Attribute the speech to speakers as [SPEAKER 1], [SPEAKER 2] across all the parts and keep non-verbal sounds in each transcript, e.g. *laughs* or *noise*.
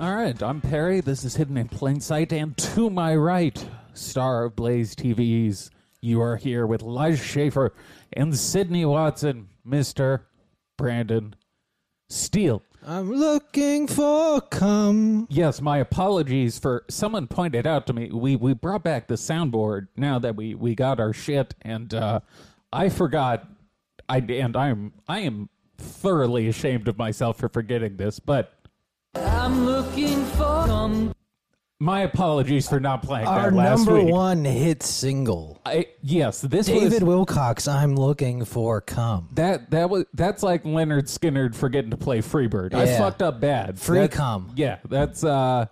[SPEAKER 1] All right, I'm Perry. This is Hidden in Plain Sight, and to my right, star of Blaze TV's, you are here with Liz Schaefer and Sydney Watson, Mr. Brandon Steele.
[SPEAKER 2] I'm looking for cum.
[SPEAKER 1] Yes, my apologies for someone pointed out to me we we brought back the soundboard now that we we got our shit and uh I forgot I and I'm I am thoroughly ashamed of myself for forgetting this, but
[SPEAKER 3] I'm looking for cum.
[SPEAKER 1] my apologies for not playing
[SPEAKER 2] Our
[SPEAKER 1] that last
[SPEAKER 2] number
[SPEAKER 1] week.
[SPEAKER 2] one hit single.
[SPEAKER 1] I, yes, this was
[SPEAKER 2] David Wilcox, I'm looking for cum.
[SPEAKER 1] that that was that's like Leonard Skinner forgetting to play Freebird. I
[SPEAKER 2] Yeah.
[SPEAKER 1] fucked up bad.
[SPEAKER 2] Free
[SPEAKER 1] That's-
[SPEAKER 2] cum.
[SPEAKER 1] Yeah, that's uh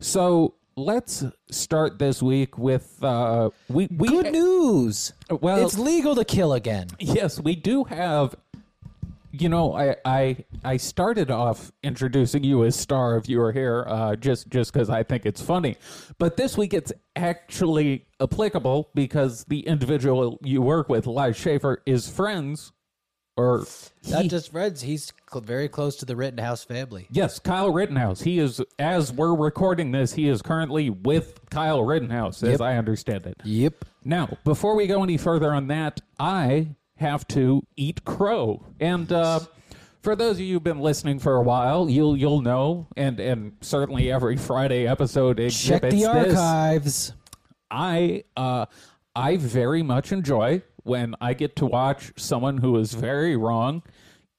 [SPEAKER 1] so let's start this week with uh we, we
[SPEAKER 2] Good news.
[SPEAKER 1] Well-
[SPEAKER 2] it's legal to kill again.
[SPEAKER 1] Yes, we do have. You know, I I I started off introducing you as star if you were here, uh, just just because I think it's funny. But this week it's actually applicable because the individual you work with, Liz Schaefer, is friends, or
[SPEAKER 2] Not just Reds, he's cl- very close to the Rittenhouse family.
[SPEAKER 1] yes, Kyle Rittenhouse. He is as we're recording this, he is currently with Kyle Rittenhouse, as
[SPEAKER 2] Yep.
[SPEAKER 1] I understand it.
[SPEAKER 2] Yep.
[SPEAKER 1] Now, before we go any further on that, I have to eat crow. And uh, for those of you who've been listening for a while, you'll you'll know, and and certainly every Friday episode
[SPEAKER 2] Check
[SPEAKER 1] exhibits
[SPEAKER 2] the
[SPEAKER 1] this.
[SPEAKER 2] archives.
[SPEAKER 1] I uh, I very much enjoy when I get to watch someone who is very wrong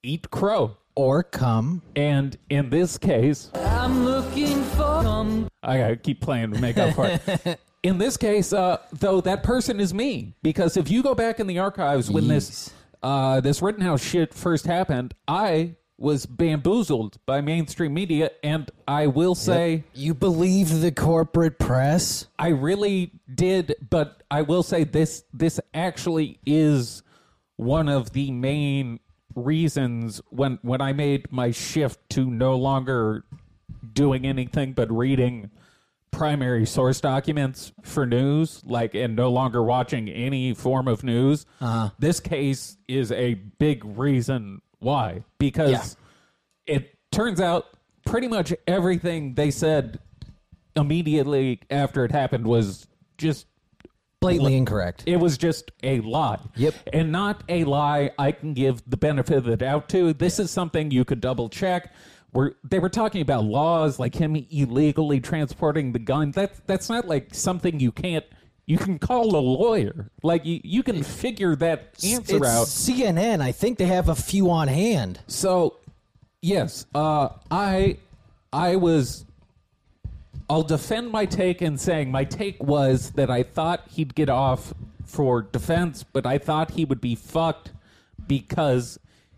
[SPEAKER 1] eat crow.
[SPEAKER 2] Or cum.
[SPEAKER 1] And in this case,
[SPEAKER 3] I'm looking for cum.
[SPEAKER 1] I gotta keep playing to make up for it. In this case, uh, though, that person is me because if you go back in the archives when this
[SPEAKER 2] Yeez.
[SPEAKER 1] uh, this Rittenhouse shit first happened, I was bamboozled by mainstream media, and I will say
[SPEAKER 2] You believe the corporate press?
[SPEAKER 1] I really did. But I will say this: this actually is one of the main reasons when when I made my shift to no longer doing anything but reading primary source documents for news, like, and no longer watching any form of news. uh This case is a big reason why, because it turns out pretty much everything they said immediately after it happened was just
[SPEAKER 2] Blatantly incorrect.
[SPEAKER 1] it was just a lie.
[SPEAKER 2] Yep.
[SPEAKER 1] And not a lie I can give the benefit of the doubt to. This is something you could double check. Where they were talking about laws like him illegally transporting the gun. That's that's not like something you can't you can call a lawyer. Like you, you can figure that answer
[SPEAKER 2] it's
[SPEAKER 1] out.
[SPEAKER 2] CNN. I think they have a few on hand.
[SPEAKER 1] So, yes, uh, I, I was. I'll defend my take in saying my take was that I thought he'd get off for defense, but I thought he would be fucked because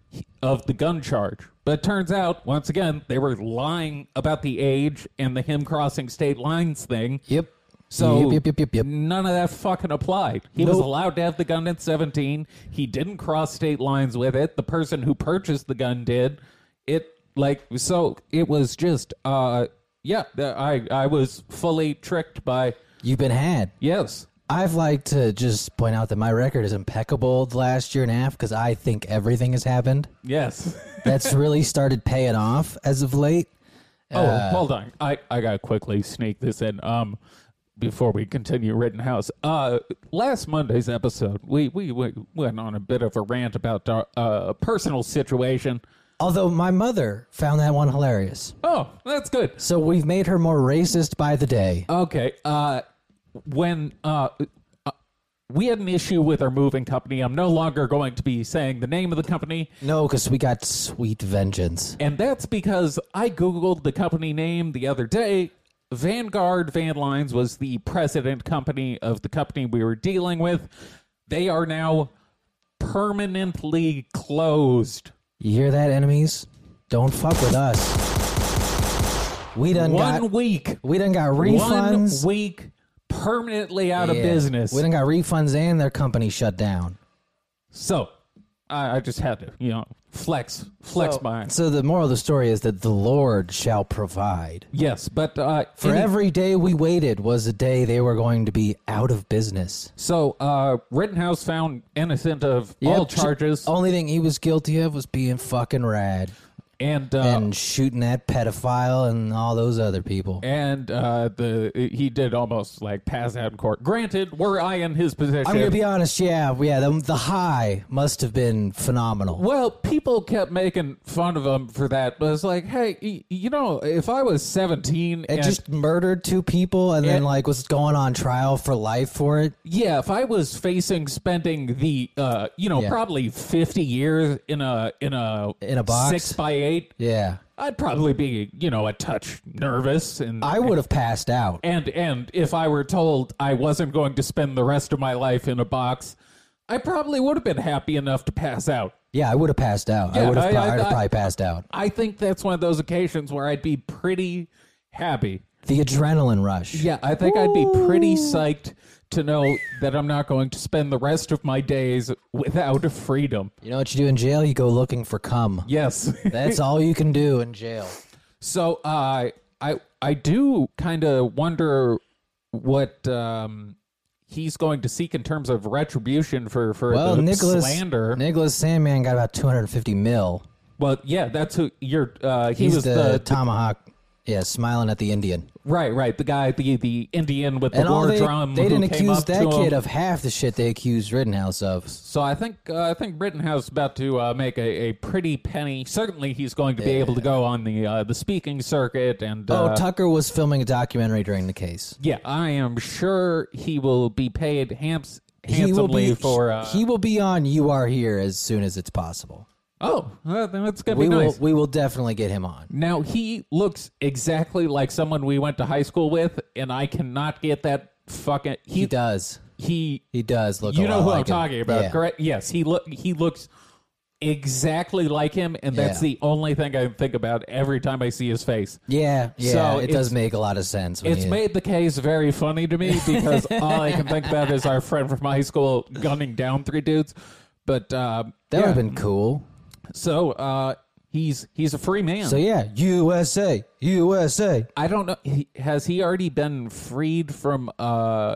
[SPEAKER 1] he- of the gun charge. But it turns out, once again, they were lying about the age and the him crossing state lines thing.
[SPEAKER 2] Yep.
[SPEAKER 1] So
[SPEAKER 2] yep, yep, yep, yep.
[SPEAKER 1] none of that fucking applied. He was
[SPEAKER 2] Nope.
[SPEAKER 1] allowed to have the gun at 17. He didn't cross state lines with it. The person who purchased the gun did. It like so it was just uh yeah, th- I I was fully tricked by
[SPEAKER 2] You've been had.
[SPEAKER 1] yes.
[SPEAKER 2] I've liked to just point out that my record is impeccable the last year and a half because I think everything has happened. *laughs*
[SPEAKER 1] Yes. *laughs*
[SPEAKER 2] That's really started paying off as of late.
[SPEAKER 1] Oh,
[SPEAKER 2] Uh.
[SPEAKER 1] hold on. I, I gotta quickly sneak this in. Um, before we continue, Rittenhouse. Uh, last Monday's episode, we we, we went on a bit of a rant about our, uh, a personal situation.
[SPEAKER 2] Although my mother found that one hilarious.
[SPEAKER 1] Oh, that's good.
[SPEAKER 2] So we've made her more racist by the day.
[SPEAKER 1] Okay. Uh, when uh, uh, we had an issue with our moving company, I'm no longer going to be saying the name of the company,
[SPEAKER 2] No, because we got sweet vengeance.
[SPEAKER 1] and that's because I googled the company name the other day. Vanguard Van Lines was the president company of the company we were dealing with. They are now permanently closed.
[SPEAKER 2] You hear that, enemies? Don't fuck with us. We done
[SPEAKER 1] One
[SPEAKER 2] got
[SPEAKER 1] week.
[SPEAKER 2] we done got refunds.
[SPEAKER 1] One week permanently out of
[SPEAKER 2] Yeah.
[SPEAKER 1] business.
[SPEAKER 2] We done got refunds and their company shut down.
[SPEAKER 1] So I, I just had to, you know, flex, flex my
[SPEAKER 2] So the moral of the story is that the Lord shall provide.
[SPEAKER 1] yes. But uh,
[SPEAKER 2] For
[SPEAKER 1] any-
[SPEAKER 2] every day we waited was a day they were going to be out of business.
[SPEAKER 1] so uh, Rittenhouse found innocent of all
[SPEAKER 2] Yep, Oh, ch-
[SPEAKER 1] charges.
[SPEAKER 2] Only thing he was guilty of was being fucking rad.
[SPEAKER 1] and uh,
[SPEAKER 2] and shooting that pedophile and all those other people.
[SPEAKER 1] and uh, the he did almost like pass out in court. Granted, were I in his position,
[SPEAKER 2] I'm gonna be honest, yeah, yeah. The, the high must have been phenomenal.
[SPEAKER 1] well, people kept making fun of him for that. But it's like, hey, y- you know, if I was 17
[SPEAKER 2] It
[SPEAKER 1] and
[SPEAKER 2] just murdered two people and then
[SPEAKER 1] and-
[SPEAKER 2] like was going on trial for life for it.
[SPEAKER 1] yeah, if I was facing spending the uh, you know,
[SPEAKER 2] Yeah.
[SPEAKER 1] probably 50 years in a in a
[SPEAKER 2] In a box?
[SPEAKER 1] 6 by 8,
[SPEAKER 2] Yeah,
[SPEAKER 1] I'd probably be, you know, a touch nervous and
[SPEAKER 2] I would have passed out.
[SPEAKER 1] and and if I were told I wasn't going to spend the rest of my life in a box, I probably would have been happy enough to pass out.
[SPEAKER 2] Yeah, I would have passed out.
[SPEAKER 1] Yeah,
[SPEAKER 2] I would have.
[SPEAKER 1] I-
[SPEAKER 2] pro-
[SPEAKER 1] I-
[SPEAKER 2] I'd have
[SPEAKER 1] I-
[SPEAKER 2] probably passed out.
[SPEAKER 1] I think that's one of those occasions where I'd be pretty happy.
[SPEAKER 2] The adrenaline rush.
[SPEAKER 1] Yeah, I think I'd be pretty psyched to know that I'm not going to spend the rest of my days without freedom.
[SPEAKER 2] You know what you do in jail? You go looking for cum. *laughs*
[SPEAKER 1] Yes.
[SPEAKER 2] That's all you can do in jail.
[SPEAKER 1] So uh, I I do kind of wonder what um, he's going to seek in terms of retribution for for
[SPEAKER 2] Well,
[SPEAKER 1] the
[SPEAKER 2] Nicholas
[SPEAKER 1] slander.
[SPEAKER 2] Nicholas Sandman got about 250 mil.
[SPEAKER 1] well, yeah, that's who you're. Uh, he
[SPEAKER 2] He's
[SPEAKER 1] was
[SPEAKER 2] the,
[SPEAKER 1] the,
[SPEAKER 2] tomahawk. Yeah, smiling at the Indian.
[SPEAKER 1] right, right, the guy, the the Indian with the
[SPEAKER 2] And all
[SPEAKER 1] war
[SPEAKER 2] they,
[SPEAKER 1] drum.
[SPEAKER 2] they
[SPEAKER 1] who
[SPEAKER 2] didn't
[SPEAKER 1] came
[SPEAKER 2] accuse
[SPEAKER 1] up
[SPEAKER 2] that
[SPEAKER 1] to him.
[SPEAKER 2] kid of half the shit they accused Rittenhouse of.
[SPEAKER 1] So I think uh, I think Rittenhouse is about to uh, make a, a pretty penny. Certainly, he's going to be able to go on the uh, the speaking circuit and.
[SPEAKER 2] Oh,
[SPEAKER 1] uh,
[SPEAKER 2] Tucker was filming a documentary during the case.
[SPEAKER 1] yeah, I am sure he will be paid hams-
[SPEAKER 2] he will
[SPEAKER 1] handsomely
[SPEAKER 2] be
[SPEAKER 1] for. Uh,
[SPEAKER 2] he will be on. You are here as soon as it's possible.
[SPEAKER 1] Oh, well, then that's gonna
[SPEAKER 2] We
[SPEAKER 1] be
[SPEAKER 2] will.
[SPEAKER 1] nice.
[SPEAKER 2] We will definitely get him on.
[SPEAKER 1] Now he looks exactly like someone we went to high school with, and I cannot get that fucking. He
[SPEAKER 2] He does.
[SPEAKER 1] he.
[SPEAKER 2] He does look. a
[SPEAKER 1] you know
[SPEAKER 2] lot
[SPEAKER 1] who
[SPEAKER 2] like
[SPEAKER 1] I'm
[SPEAKER 2] him.
[SPEAKER 1] talking about,
[SPEAKER 2] Yeah.
[SPEAKER 1] correct? Yes, he look he looks exactly like him, and that's
[SPEAKER 2] Yeah.
[SPEAKER 1] the only thing I think about every time I see his face.
[SPEAKER 2] Yeah, yeah.
[SPEAKER 1] So
[SPEAKER 2] it
[SPEAKER 1] it's-
[SPEAKER 2] does make a lot of sense. When
[SPEAKER 1] It's
[SPEAKER 2] you-
[SPEAKER 1] made the case very funny to
[SPEAKER 2] *laughs*
[SPEAKER 1] me because all I can think about is our friend from high school gunning down three dudes. But uh,
[SPEAKER 2] that would have been cool.
[SPEAKER 1] so uh, he's he's a free man.
[SPEAKER 2] So yeah, USA, USA.
[SPEAKER 1] I don't know. He, has he already been freed from uh,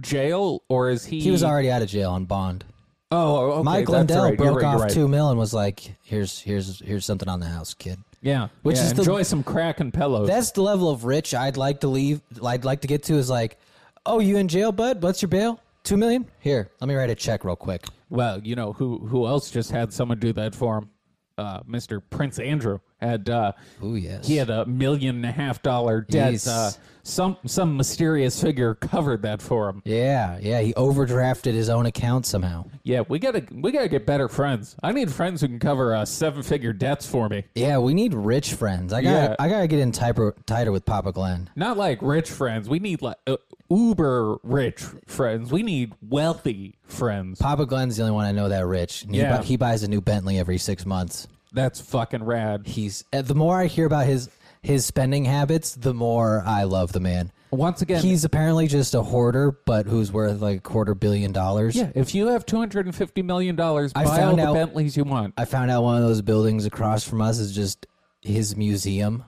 [SPEAKER 1] jail, or is he?
[SPEAKER 2] He was already out of jail on bond.
[SPEAKER 1] Oh, okay,
[SPEAKER 2] Mike
[SPEAKER 1] that's
[SPEAKER 2] Lindell
[SPEAKER 1] right. You're
[SPEAKER 2] broke
[SPEAKER 1] right, you're
[SPEAKER 2] off
[SPEAKER 1] right.
[SPEAKER 2] two mil and was like, "Here's here's here's something on the house, kid."
[SPEAKER 1] Yeah,
[SPEAKER 2] Which
[SPEAKER 1] yeah,
[SPEAKER 2] is the-
[SPEAKER 1] enjoy some crack and pillows.
[SPEAKER 2] That's the level of rich I'd like to leave. I'd like to get to is like, "Oh, you in jail, bud? What's your bail? Two million? Here, let me write a check real quick."
[SPEAKER 1] well, you know who who else just had someone do that for him? Uh, Mr. Prince Andrew had. Uh,
[SPEAKER 2] Oh yes,
[SPEAKER 1] He had a million and a half dollar debt.
[SPEAKER 2] Jeez.
[SPEAKER 1] Uh, some some mysterious figure covered that for him.
[SPEAKER 2] yeah, yeah. He overdrafted his own account somehow.
[SPEAKER 1] Yeah, we gotta we gotta get better friends. I need friends who can cover uh, seven figure debts for me.
[SPEAKER 2] Yeah, we need rich friends. I got
[SPEAKER 1] Yeah.
[SPEAKER 2] to I gotta get in tighter tighter with Papa Glenn.
[SPEAKER 1] Not like rich friends. We need like uh, uber rich friends. We need wealthy friends.
[SPEAKER 2] Papa Glenn's the only one I know that rich. And he,
[SPEAKER 1] Yeah.
[SPEAKER 2] bu- he buys a new Bentley every six months.
[SPEAKER 1] That's fucking rad.
[SPEAKER 2] He's uh, the more I hear about his his spending habits, the more I love the man.
[SPEAKER 1] Once again,
[SPEAKER 2] He's apparently just a hoarder, but who's worth like a quarter billion dollars.
[SPEAKER 1] yeah. If you have two hundred and fifty million dollars,
[SPEAKER 2] I
[SPEAKER 1] buy all
[SPEAKER 2] found
[SPEAKER 1] the
[SPEAKER 2] out-
[SPEAKER 1] Bentleys you want.
[SPEAKER 2] I found out one of those buildings across from us is just his museum.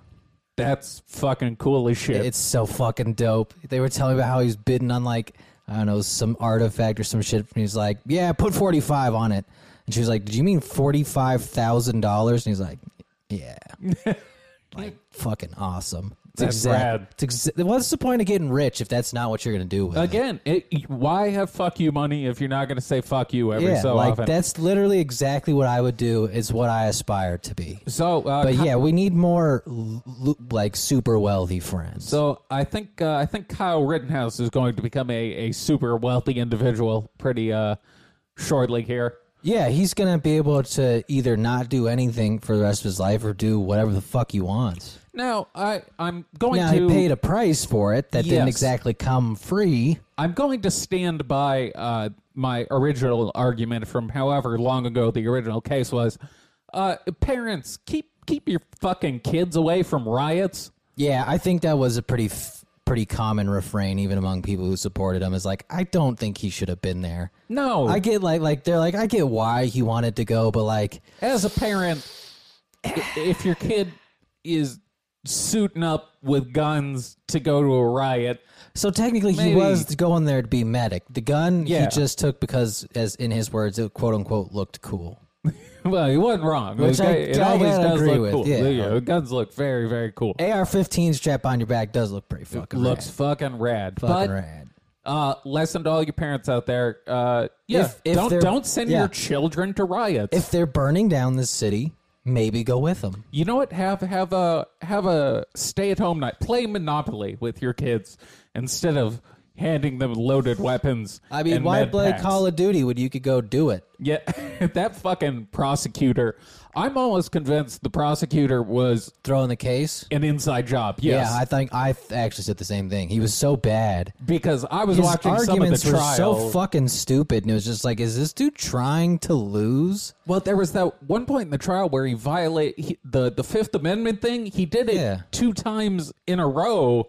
[SPEAKER 1] That's fucking cool as shit.
[SPEAKER 2] It's so fucking dope. They were telling me about how he's bidding on like I don't know some artifact or some shit, and he's like, "Yeah, put forty five on it." And she was like, "Did you mean forty five thousand dollars?" And he's like,
[SPEAKER 1] *laughs*
[SPEAKER 2] "Yeah." like fucking awesome. It's
[SPEAKER 1] That's
[SPEAKER 2] exact-
[SPEAKER 1] rad.
[SPEAKER 2] it's exa- what's the point of getting rich if that's not what you're gonna do with it?
[SPEAKER 1] again, it, why have fuck you money if you're not going to say fuck you every
[SPEAKER 2] Yeah,
[SPEAKER 1] so
[SPEAKER 2] like
[SPEAKER 1] often?
[SPEAKER 2] that's literally exactly what I would do. Is what I aspire to be.
[SPEAKER 1] so, uh,
[SPEAKER 2] But
[SPEAKER 1] Ky-
[SPEAKER 2] yeah, we need more l- l- like super wealthy friends.
[SPEAKER 1] so I think uh, I think Kyle Rittenhouse is going to become a, a super wealthy individual pretty uh, shortly here.
[SPEAKER 2] Yeah, he's gonna be able to either not do anything for the rest of his life or do whatever the fuck he wants.
[SPEAKER 1] Now I I'm going
[SPEAKER 2] Now
[SPEAKER 1] to
[SPEAKER 2] he paid a price for it that
[SPEAKER 1] Yes.
[SPEAKER 2] didn't exactly come free.
[SPEAKER 1] I'm going to stand by uh, my original argument from however long ago the original case was. Uh, parents, keep keep your fucking kids away from riots.
[SPEAKER 2] Yeah, I think that was a pretty f- pretty common refrain even among people who supported him. Is like, I don't think he should have been there.
[SPEAKER 1] No,
[SPEAKER 2] I get like like they're like I get why he wanted to go, but like
[SPEAKER 1] as a parent, i- if your kid is suiting up with guns to go to a riot,
[SPEAKER 2] so technically
[SPEAKER 1] Maybe.
[SPEAKER 2] he was going there to be medic. The gun
[SPEAKER 1] Yeah.
[SPEAKER 2] he just took because, as in his words, it quote unquote looked cool.
[SPEAKER 1] Well, he wasn't wrong.
[SPEAKER 2] Which
[SPEAKER 1] The guy-
[SPEAKER 2] I-
[SPEAKER 1] it
[SPEAKER 2] I
[SPEAKER 1] always
[SPEAKER 2] gotta
[SPEAKER 1] does
[SPEAKER 2] agree
[SPEAKER 1] look
[SPEAKER 2] with,
[SPEAKER 1] cool.
[SPEAKER 2] yeah.
[SPEAKER 1] The, uh, guns look very, very cool.
[SPEAKER 2] AR-15 strap on your back does look pretty fucking
[SPEAKER 1] Looks
[SPEAKER 2] rad.
[SPEAKER 1] fucking rad.
[SPEAKER 2] fucking
[SPEAKER 1] but
[SPEAKER 2] rad.
[SPEAKER 1] Uh, lesson to all you parents out there: uh, yeah,
[SPEAKER 2] If- if
[SPEAKER 1] don't
[SPEAKER 2] they're-
[SPEAKER 1] don't send
[SPEAKER 2] yeah.
[SPEAKER 1] your children to riots.
[SPEAKER 2] If they're burning down this city, maybe go with them.
[SPEAKER 1] you know what? Have have a have a stay at home night. Play Monopoly with your kids instead of handing them loaded weapons.
[SPEAKER 2] I mean,
[SPEAKER 1] and
[SPEAKER 2] why
[SPEAKER 1] med
[SPEAKER 2] play
[SPEAKER 1] packs.
[SPEAKER 2] Call of Duty when you could go do it?
[SPEAKER 1] Yeah, *laughs* that fucking prosecutor. I'm almost convinced the prosecutor was
[SPEAKER 2] Throw in the case.
[SPEAKER 1] an inside job. Yes,
[SPEAKER 2] Yeah, I think I th- actually said the same thing. He was so bad.
[SPEAKER 1] because I was
[SPEAKER 2] His
[SPEAKER 1] watching some of the
[SPEAKER 2] arguments were
[SPEAKER 1] trial.
[SPEAKER 2] so fucking stupid, and it was just like, is this dude trying to lose?
[SPEAKER 1] Well, there was that one point in the trial where he violated he, the the Fifth Amendment thing. He did it
[SPEAKER 2] Yeah.
[SPEAKER 1] two times in a row,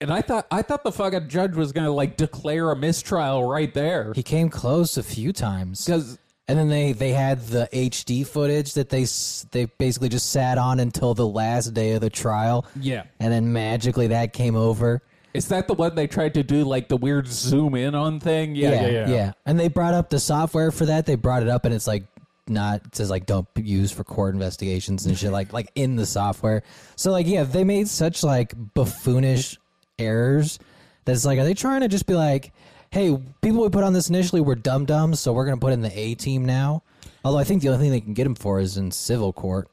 [SPEAKER 1] and I thought I thought the fucking judge was gonna like declare a mistrial right there.
[SPEAKER 2] He came close a few times, and
[SPEAKER 1] 'Cause-
[SPEAKER 2] then they they had the HD footage that they s- they basically just sat on until the last day of the trial.
[SPEAKER 1] Yeah.
[SPEAKER 2] and then magically that came over.
[SPEAKER 1] Is that the one they tried to do like the weird zoom in on thing? Yeah, yeah, yeah.
[SPEAKER 2] And they brought up the software for that. They brought it up, and it's like not it says like don't use for court investigations and shit like like in the software. So like yeah, they made such like buffoonish errors that it's like are they trying to just be like, hey, people we put on this initially were dumb dumbs, so we're gonna put in the A team now. Although I think the only thing they can get him for is in civil court.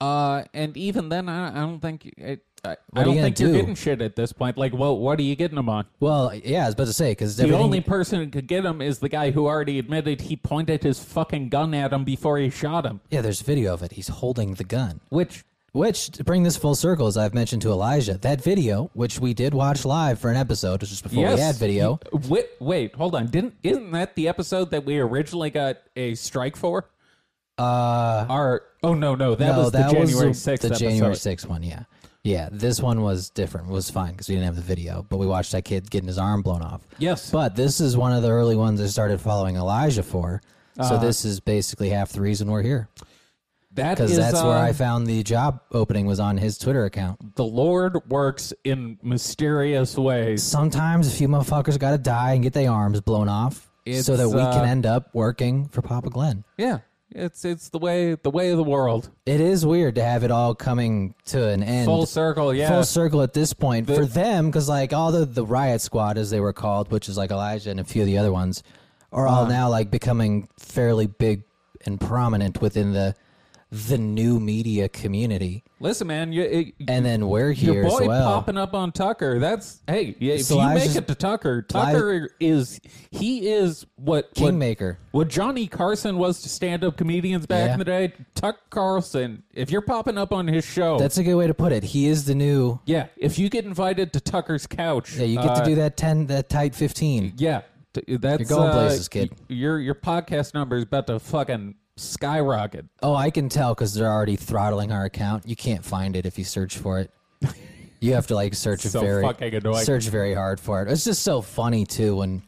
[SPEAKER 1] Uh, and even then, I, I don't think it, I, I
[SPEAKER 2] are you
[SPEAKER 1] don't
[SPEAKER 2] gonna
[SPEAKER 1] think you're
[SPEAKER 2] do?
[SPEAKER 1] getting shit at this point. Like, well, what are you getting them on?
[SPEAKER 2] Well, yeah, I was about to say because
[SPEAKER 1] The only person who could get him is the guy who already admitted he pointed his fucking gun at him before he shot him.
[SPEAKER 2] yeah, there's video of it. He's holding the gun.
[SPEAKER 1] Which
[SPEAKER 2] Which, to bring this full circle, as I've mentioned to Elijah, that video, which we did watch live for an episode, just before we had video.
[SPEAKER 1] Wait, wait, hold on. Didn't isn't that the episode that we originally got a strike for? Uh, our oh no no that
[SPEAKER 2] no,
[SPEAKER 1] was the
[SPEAKER 2] that
[SPEAKER 1] January
[SPEAKER 2] was the,
[SPEAKER 1] sixth
[SPEAKER 2] the
[SPEAKER 1] episode.
[SPEAKER 2] January 6th one, yeah. Yeah, this one was different. was fine because we didn't have the video, but we watched that kid getting his arm blown off.
[SPEAKER 1] Yes.
[SPEAKER 2] But this is one of the early ones I started following Elijah for.
[SPEAKER 1] Uh-huh.
[SPEAKER 2] So this is basically half the reason we're here
[SPEAKER 1] That
[SPEAKER 2] because
[SPEAKER 1] is
[SPEAKER 2] that's where
[SPEAKER 1] uh,
[SPEAKER 2] I found the job opening was on his Twitter account.
[SPEAKER 1] the Lord works in mysterious ways.
[SPEAKER 2] Sometimes a few motherfuckers got to die and get their arms blown off
[SPEAKER 1] It's,
[SPEAKER 2] so that we
[SPEAKER 1] uh,
[SPEAKER 2] can end up working for Papa Glenn.
[SPEAKER 1] Yeah, it's it's the way the way of the world.
[SPEAKER 2] It is weird to have it all coming to an end.
[SPEAKER 1] Full circle. Yeah,
[SPEAKER 2] Full circle at this point for them because like all the the riot squad as they were called, which is like Elijah and a few of the other ones, are
[SPEAKER 1] Uh-huh.
[SPEAKER 2] all now like becoming fairly big and prominent within the the new media community.
[SPEAKER 1] Listen, man, you, it,
[SPEAKER 2] And then we're
[SPEAKER 1] your
[SPEAKER 2] here
[SPEAKER 1] boy
[SPEAKER 2] as well.
[SPEAKER 1] popping up on Tucker. That's hey, yeah, if
[SPEAKER 2] So
[SPEAKER 1] you
[SPEAKER 2] I
[SPEAKER 1] make
[SPEAKER 2] just-
[SPEAKER 1] it to Tucker, Tucker is he is what what-
[SPEAKER 2] Kingmaker.
[SPEAKER 1] What Johnny Carson was to stand up comedians back
[SPEAKER 2] Yeah.
[SPEAKER 1] in the day, Tuck Carlson, if you're popping up on his show,
[SPEAKER 2] That's a good way to put it. He is the new.
[SPEAKER 1] yeah, if you get invited to Tucker's couch,
[SPEAKER 2] Yeah, you get
[SPEAKER 1] uh,
[SPEAKER 2] to do that ten, that tight fifteen.
[SPEAKER 1] Yeah, t- that's
[SPEAKER 2] You're going
[SPEAKER 1] uh,
[SPEAKER 2] places, kid.
[SPEAKER 1] y- your your podcast number is about to fucking skyrocket.
[SPEAKER 2] Oh, I can tell because they're already throttling our account. You can't find it if you search
[SPEAKER 1] *laughs*
[SPEAKER 2] for it. You have to like search
[SPEAKER 1] So
[SPEAKER 2] very
[SPEAKER 1] fucking annoying.
[SPEAKER 2] search very hard for it. It's just so funny too when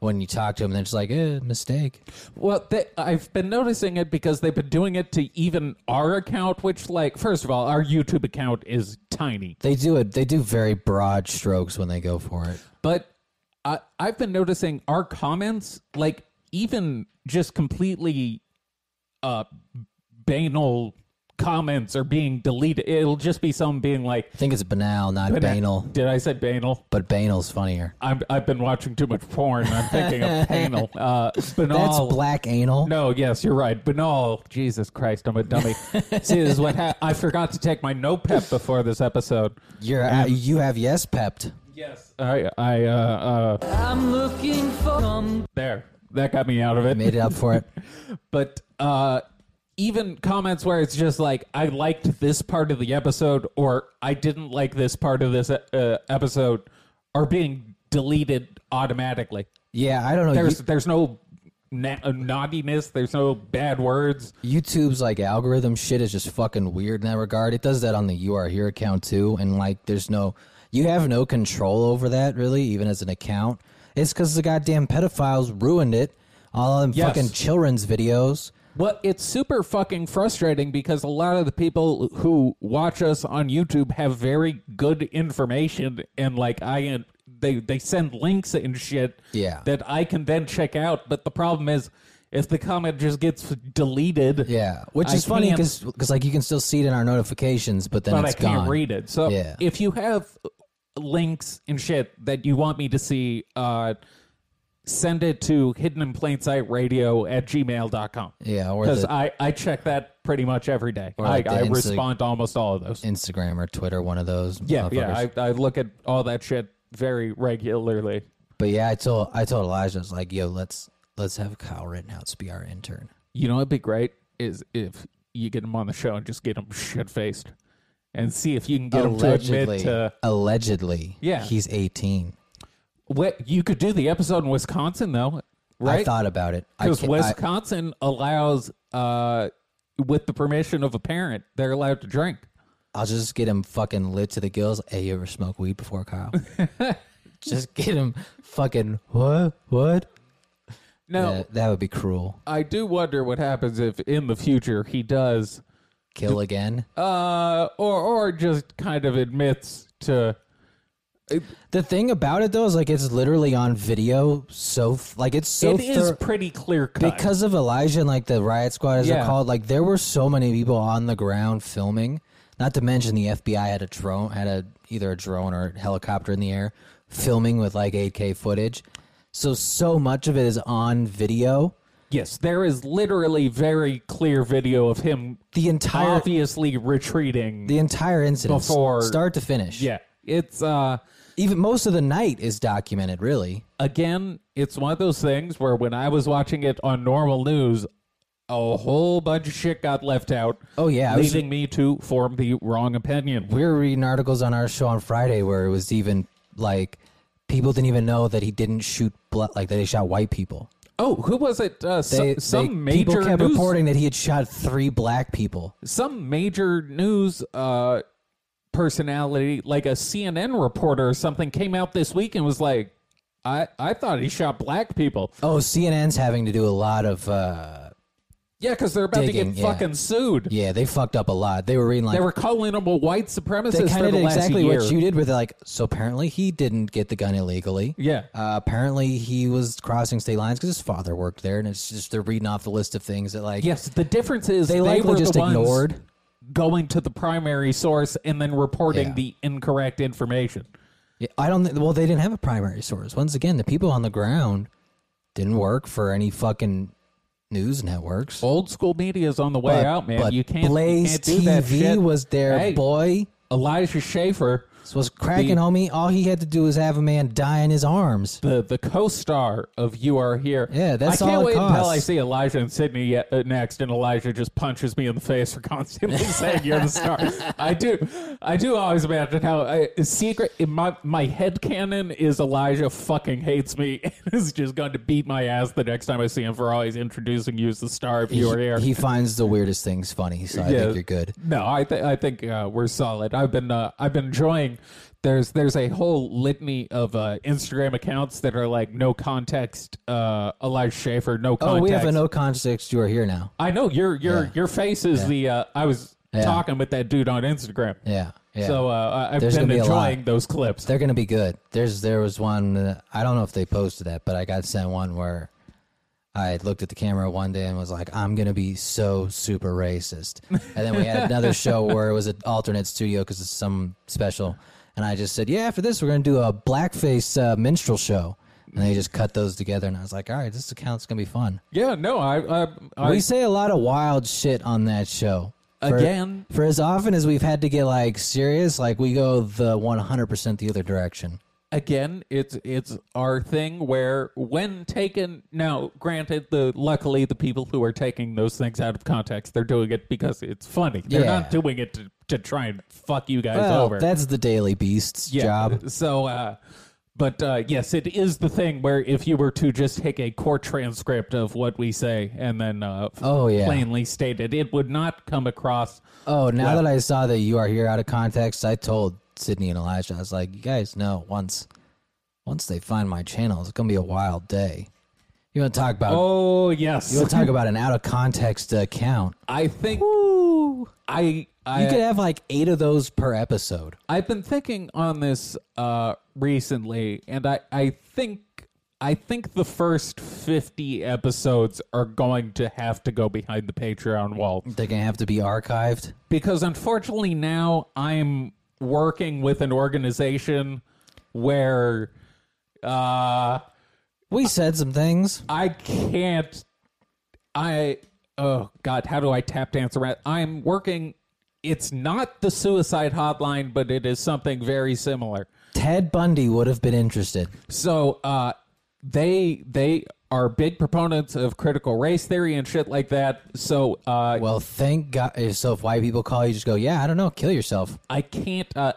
[SPEAKER 2] when you talk to them, they're just like, eh, mistake.
[SPEAKER 1] Well, they, I've been noticing it because they've been doing it to even our account, which, like, first of all, our YouTube account is tiny.
[SPEAKER 2] They do it. They do very broad strokes when they go for it.
[SPEAKER 1] But I, I've been noticing our comments, like even just completely uh, banal comments are being deleted. It'll just be some being like,
[SPEAKER 2] I think it's banal, not banal,
[SPEAKER 1] Did I say banal?
[SPEAKER 2] but banal's funnier.
[SPEAKER 1] I'm, I've been watching too much porn. I'm thinking of
[SPEAKER 2] *laughs*
[SPEAKER 1] banal. Uh,
[SPEAKER 2] That's
[SPEAKER 1] banal.
[SPEAKER 2] black anal.
[SPEAKER 1] No, yes, you're right. Banal. Jesus Christ, I'm a dummy. See, this is what ha- I forgot to take my no pep before this episode.
[SPEAKER 2] You're uh, you have yes pepped.
[SPEAKER 1] Yes. I, I, uh, uh,
[SPEAKER 3] I'm looking for some.
[SPEAKER 1] there. That got me out of it.
[SPEAKER 2] Made it up
[SPEAKER 1] *laughs*
[SPEAKER 2] for it.
[SPEAKER 1] but uh even comments where it's just like i liked this part of the episode or i didn't like this part of this uh, episode are being deleted automatically
[SPEAKER 2] Yeah, I don't know.
[SPEAKER 1] there's there's no na- uh, naughtiness there's no bad words
[SPEAKER 2] YouTube's like algorithm shit is just fucking weird in that regard. It does that on the You Are Here account too, and like there's no you have no control over that really, even as an account. It's because the goddamn pedophiles ruined it. All them
[SPEAKER 1] Yes.
[SPEAKER 2] fucking children's videos.
[SPEAKER 1] well it's super fucking frustrating because a lot of the people who watch us on youtube have very good information and like i they they send links and shit
[SPEAKER 2] Yeah.
[SPEAKER 1] that I can then check out. But the problem is, if the comment just gets deleted,
[SPEAKER 2] Yeah, which
[SPEAKER 1] I
[SPEAKER 2] is funny
[SPEAKER 1] can't-
[SPEAKER 2] because like you can still see it in our notifications, but then
[SPEAKER 1] but I
[SPEAKER 2] it's
[SPEAKER 1] can't
[SPEAKER 2] gone.
[SPEAKER 1] read it. So
[SPEAKER 2] Yeah.
[SPEAKER 1] if you have links and shit that you want me to see, uh, send it to hidden in plain sight radio at gmail.com.
[SPEAKER 2] Yeah, or
[SPEAKER 1] Because
[SPEAKER 2] the
[SPEAKER 1] I, I check that pretty much every day. I,
[SPEAKER 2] like the
[SPEAKER 1] I
[SPEAKER 2] Insta-
[SPEAKER 1] respond to almost all of those.
[SPEAKER 2] Instagram or Twitter, one of those.
[SPEAKER 1] Yeah, yeah.
[SPEAKER 2] motherfuckers.
[SPEAKER 1] I, I look at all that shit very regularly.
[SPEAKER 2] but yeah, I told I told Elijah, I was like, "Yo, let's let's have Kyle Rittenhouse be our intern."
[SPEAKER 1] You know what'd be great is if you get him on the show and just get him shit faced and see if you can get him to
[SPEAKER 2] allegedly,
[SPEAKER 1] admit to
[SPEAKER 2] allegedly,
[SPEAKER 1] Yeah.
[SPEAKER 2] he's eighteen.
[SPEAKER 1] what you could do the episode in Wisconsin though, right?
[SPEAKER 2] I thought about it I
[SPEAKER 1] Because
[SPEAKER 2] ca- I-
[SPEAKER 1] Wisconsin allows, uh, with the permission of a parent, they're allowed to drink.
[SPEAKER 2] I'll just get him fucking lit to the gills. Hey, you ever smoke weed
[SPEAKER 1] *laughs*
[SPEAKER 2] before, Kyle? just get him fucking what what?
[SPEAKER 1] No,
[SPEAKER 2] That, that would be cruel.
[SPEAKER 1] I do wonder what happens if in the future he does,
[SPEAKER 2] Kill again.
[SPEAKER 1] uh, or or just kind of admits to.
[SPEAKER 2] The thing about it though is like it's literally on video, so f- like it's so
[SPEAKER 1] it is
[SPEAKER 2] thorough-
[SPEAKER 1] pretty clear cut.
[SPEAKER 2] because of Elijah and like the riot squad as
[SPEAKER 1] Yeah.
[SPEAKER 2] they're called. Like there were so many people on the ground filming. Not to mention the FBI had a drone, had a either a drone or a helicopter in the air filming with like 8K footage. So so much of it is on video.
[SPEAKER 1] yes, there is literally very clear video of him
[SPEAKER 2] The entire
[SPEAKER 1] obviously retreating.
[SPEAKER 2] the entire incident s-
[SPEAKER 1] Before-
[SPEAKER 2] start to finish.
[SPEAKER 1] yeah, it's uh,
[SPEAKER 2] even most of the night is documented. Really,
[SPEAKER 1] again, it's one of those things where when I was watching it on normal news, a whole bunch of shit got left out.
[SPEAKER 2] Oh, yeah, I was-
[SPEAKER 1] leading me to form the wrong opinion.
[SPEAKER 2] we were reading articles on our show on Friday where it was even like people didn't even know that he didn't shoot blood, like that he shot white people.
[SPEAKER 1] Oh, who was it? Uh, so-
[SPEAKER 2] They,
[SPEAKER 1] some
[SPEAKER 2] they-
[SPEAKER 1] major
[SPEAKER 2] people kept
[SPEAKER 1] news,
[SPEAKER 2] reporting that he had shot three black people.
[SPEAKER 1] some major news uh, personality, like a CNN reporter or something, came out this week and was like, "I I thought he shot black people."
[SPEAKER 2] Oh, CNN's having to do a lot of uh,
[SPEAKER 1] Yeah, because they're about to
[SPEAKER 2] Digging,
[SPEAKER 1] get
[SPEAKER 2] yeah.
[SPEAKER 1] fucking sued.
[SPEAKER 2] yeah. They fucked up a lot. They were reading like
[SPEAKER 1] They were calling him a white supremacist
[SPEAKER 2] they
[SPEAKER 1] for
[SPEAKER 2] kind of
[SPEAKER 1] the
[SPEAKER 2] did
[SPEAKER 1] last
[SPEAKER 2] exactly
[SPEAKER 1] year.
[SPEAKER 2] what you did with it. Like so, apparently he didn't get the gun illegally.
[SPEAKER 1] yeah,
[SPEAKER 2] Uh, apparently, he was crossing state lines because his father worked there, and it's just they're reading off the list of things that like
[SPEAKER 1] Yes, the difference is
[SPEAKER 2] They
[SPEAKER 1] they,
[SPEAKER 2] likely
[SPEAKER 1] were
[SPEAKER 2] just
[SPEAKER 1] the ones
[SPEAKER 2] ignored.
[SPEAKER 1] going to the primary source and then reporting
[SPEAKER 2] Yeah.
[SPEAKER 1] the incorrect information.
[SPEAKER 2] Yeah, I don't. Th- well, they didn't have a primary source. Once again, the people on the ground didn't work for any fucking news networks.
[SPEAKER 1] Old school media is on the way
[SPEAKER 2] But-
[SPEAKER 1] out, man.
[SPEAKER 2] but
[SPEAKER 1] You can't, you
[SPEAKER 2] Blaze
[SPEAKER 1] can't do that
[SPEAKER 2] TV
[SPEAKER 1] shit.
[SPEAKER 2] was their
[SPEAKER 1] Hey.
[SPEAKER 2] boy.
[SPEAKER 1] Elijah Schaefer,
[SPEAKER 2] This was cracking,
[SPEAKER 1] The-
[SPEAKER 2] homie. All he had to do was have a man die in his arms.
[SPEAKER 1] the, the co-star of You Are Here.
[SPEAKER 2] Yeah, that's
[SPEAKER 1] I can't
[SPEAKER 2] all it
[SPEAKER 1] wait until
[SPEAKER 2] costs.
[SPEAKER 1] I see Elijah and Sydney yet, uh, next, and Elijah just punches me in the face for *laughs*
[SPEAKER 2] *laughs*
[SPEAKER 1] constantly saying you're the star. I do, I do always imagine how I, secret in my my head canon is Elijah fucking hates me *laughs* and is just going to beat my ass the next time I see him for always introducing you as the star of You Are Here.
[SPEAKER 2] He, he finds the weirdest things funny, so I
[SPEAKER 1] Yeah.
[SPEAKER 2] think you're good.
[SPEAKER 1] No, I think I think uh, we're solid. I've been uh, I've been enjoying. There's there's a whole litany of uh, Instagram accounts that are like no context, uh, Elijah Schaefer, no
[SPEAKER 2] Oh,
[SPEAKER 1] context.
[SPEAKER 2] we have a no context. You are here now.
[SPEAKER 1] I know your your your face is the. Uh, I was
[SPEAKER 2] Yeah.
[SPEAKER 1] talking with that dude on Instagram.
[SPEAKER 2] Yeah, yeah.
[SPEAKER 1] So uh, I- I've
[SPEAKER 2] There's
[SPEAKER 1] been
[SPEAKER 2] gonna be a lot.
[SPEAKER 1] enjoying those clips.
[SPEAKER 2] They're gonna be good. There's there was one. uh, I don't know if they posted that, but I got sent one where I looked at the camera one day and was like, "I'm gonna be so super racist." And then we had another show where it was an alternate studio because it's some special, and I just said, "Yeah, after this, we're gonna do a blackface uh, minstrel show." And they just cut those together, and I was like, "All right, this account's gonna be fun."
[SPEAKER 1] yeah, no, I I, I
[SPEAKER 2] we say a lot of wild shit on that show. For-
[SPEAKER 1] Again.
[SPEAKER 2] for as often as we've had to get like serious, like we go the 100% the other direction.
[SPEAKER 1] again it's it's our thing where when taken now granted the luckily the people who are taking those things out of context they're doing it because it's funny they're
[SPEAKER 2] Yeah.
[SPEAKER 1] not doing it to, to try and fuck you guys
[SPEAKER 2] Well,
[SPEAKER 1] over
[SPEAKER 2] that's the Daily Beast's job.
[SPEAKER 1] so uh but uh, yes, it is the thing where if you were to just take a court transcript of what we say and then uh,
[SPEAKER 2] Oh, yeah.
[SPEAKER 1] plainly stated, it would not come across.
[SPEAKER 2] Oh, now that I saw that you are here out of context, I told Sydney and Elijah, I was like, you guys know once once they find my channel, it's going to be a wild day. You want to talk about
[SPEAKER 1] Oh yes,
[SPEAKER 2] you want to talk about an out of context account.
[SPEAKER 1] I think I I
[SPEAKER 2] You could have like 8 of those per episode.
[SPEAKER 1] I've been thinking on this uh, recently, and I, I think I think the first 50 episodes are going to have to go behind the Patreon wall
[SPEAKER 2] They're gonna have to be archived.
[SPEAKER 1] because unfortunately now I'm working with an organization where uh
[SPEAKER 2] We said some things.
[SPEAKER 1] I can't. I oh god, how do I tap dance around? I'm working. It's not the suicide hotline, but it is something very similar.
[SPEAKER 2] Ted Bundy would have been interested.
[SPEAKER 1] So uh, they they are big proponents of critical race theory and shit like that. So uh,
[SPEAKER 2] Well, thank God. So if white people call you, just go, yeah, I don't know, kill yourself.
[SPEAKER 1] I can't. Uh,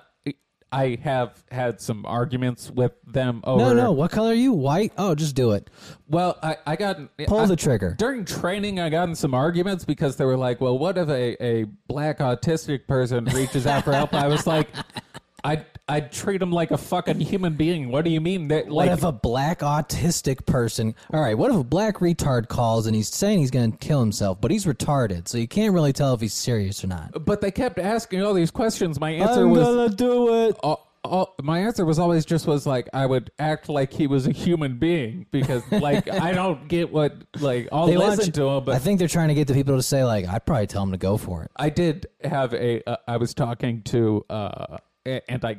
[SPEAKER 1] I have had some arguments with them over.
[SPEAKER 2] No, no. What color are you? White? Oh, just do it.
[SPEAKER 1] Well, I, I got
[SPEAKER 2] Pull
[SPEAKER 1] I-
[SPEAKER 2] the trigger.
[SPEAKER 1] during training. I got in some arguments because they were like, "Well, what if a, a black autistic person reaches out for help?" I was
[SPEAKER 2] *laughs*
[SPEAKER 1] like, "I I treat them like a fucking human being. What do you mean? That
[SPEAKER 2] What
[SPEAKER 1] like
[SPEAKER 2] if a black autistic person? All right, what if a black retard calls and he's saying he's going to kill himself, but he's retarded, so you can't really tell if he's serious or not.
[SPEAKER 1] but they kept asking all these questions. My answer was
[SPEAKER 2] do it.
[SPEAKER 1] all, all, my answer was always just was like I would act like he was a human being because like I don't get what like I'll
[SPEAKER 2] They
[SPEAKER 1] listen
[SPEAKER 2] want
[SPEAKER 1] to him, but
[SPEAKER 2] I think they're trying to get the people to say like, I'd probably tell him to go for it.
[SPEAKER 1] I did have a. Uh, I was talking to, uh, a- and I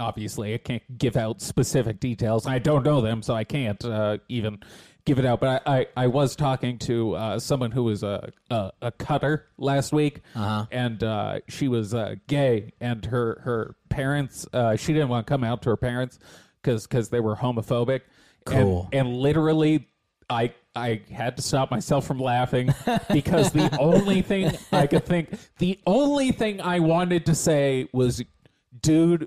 [SPEAKER 1] obviously I can't give out specific details. I don't know them, so I can't uh, even give it out. But I, I, I was talking to uh, someone who was a a, a cutter last week, and uh, she was uh, gay, and her her parents. Uh, she didn't want to come out to her parents because they were homophobic. And-
[SPEAKER 2] Cool.
[SPEAKER 1] and literally I I had to stop myself from laughing because the only thing I could think the only thing I wanted to say was dude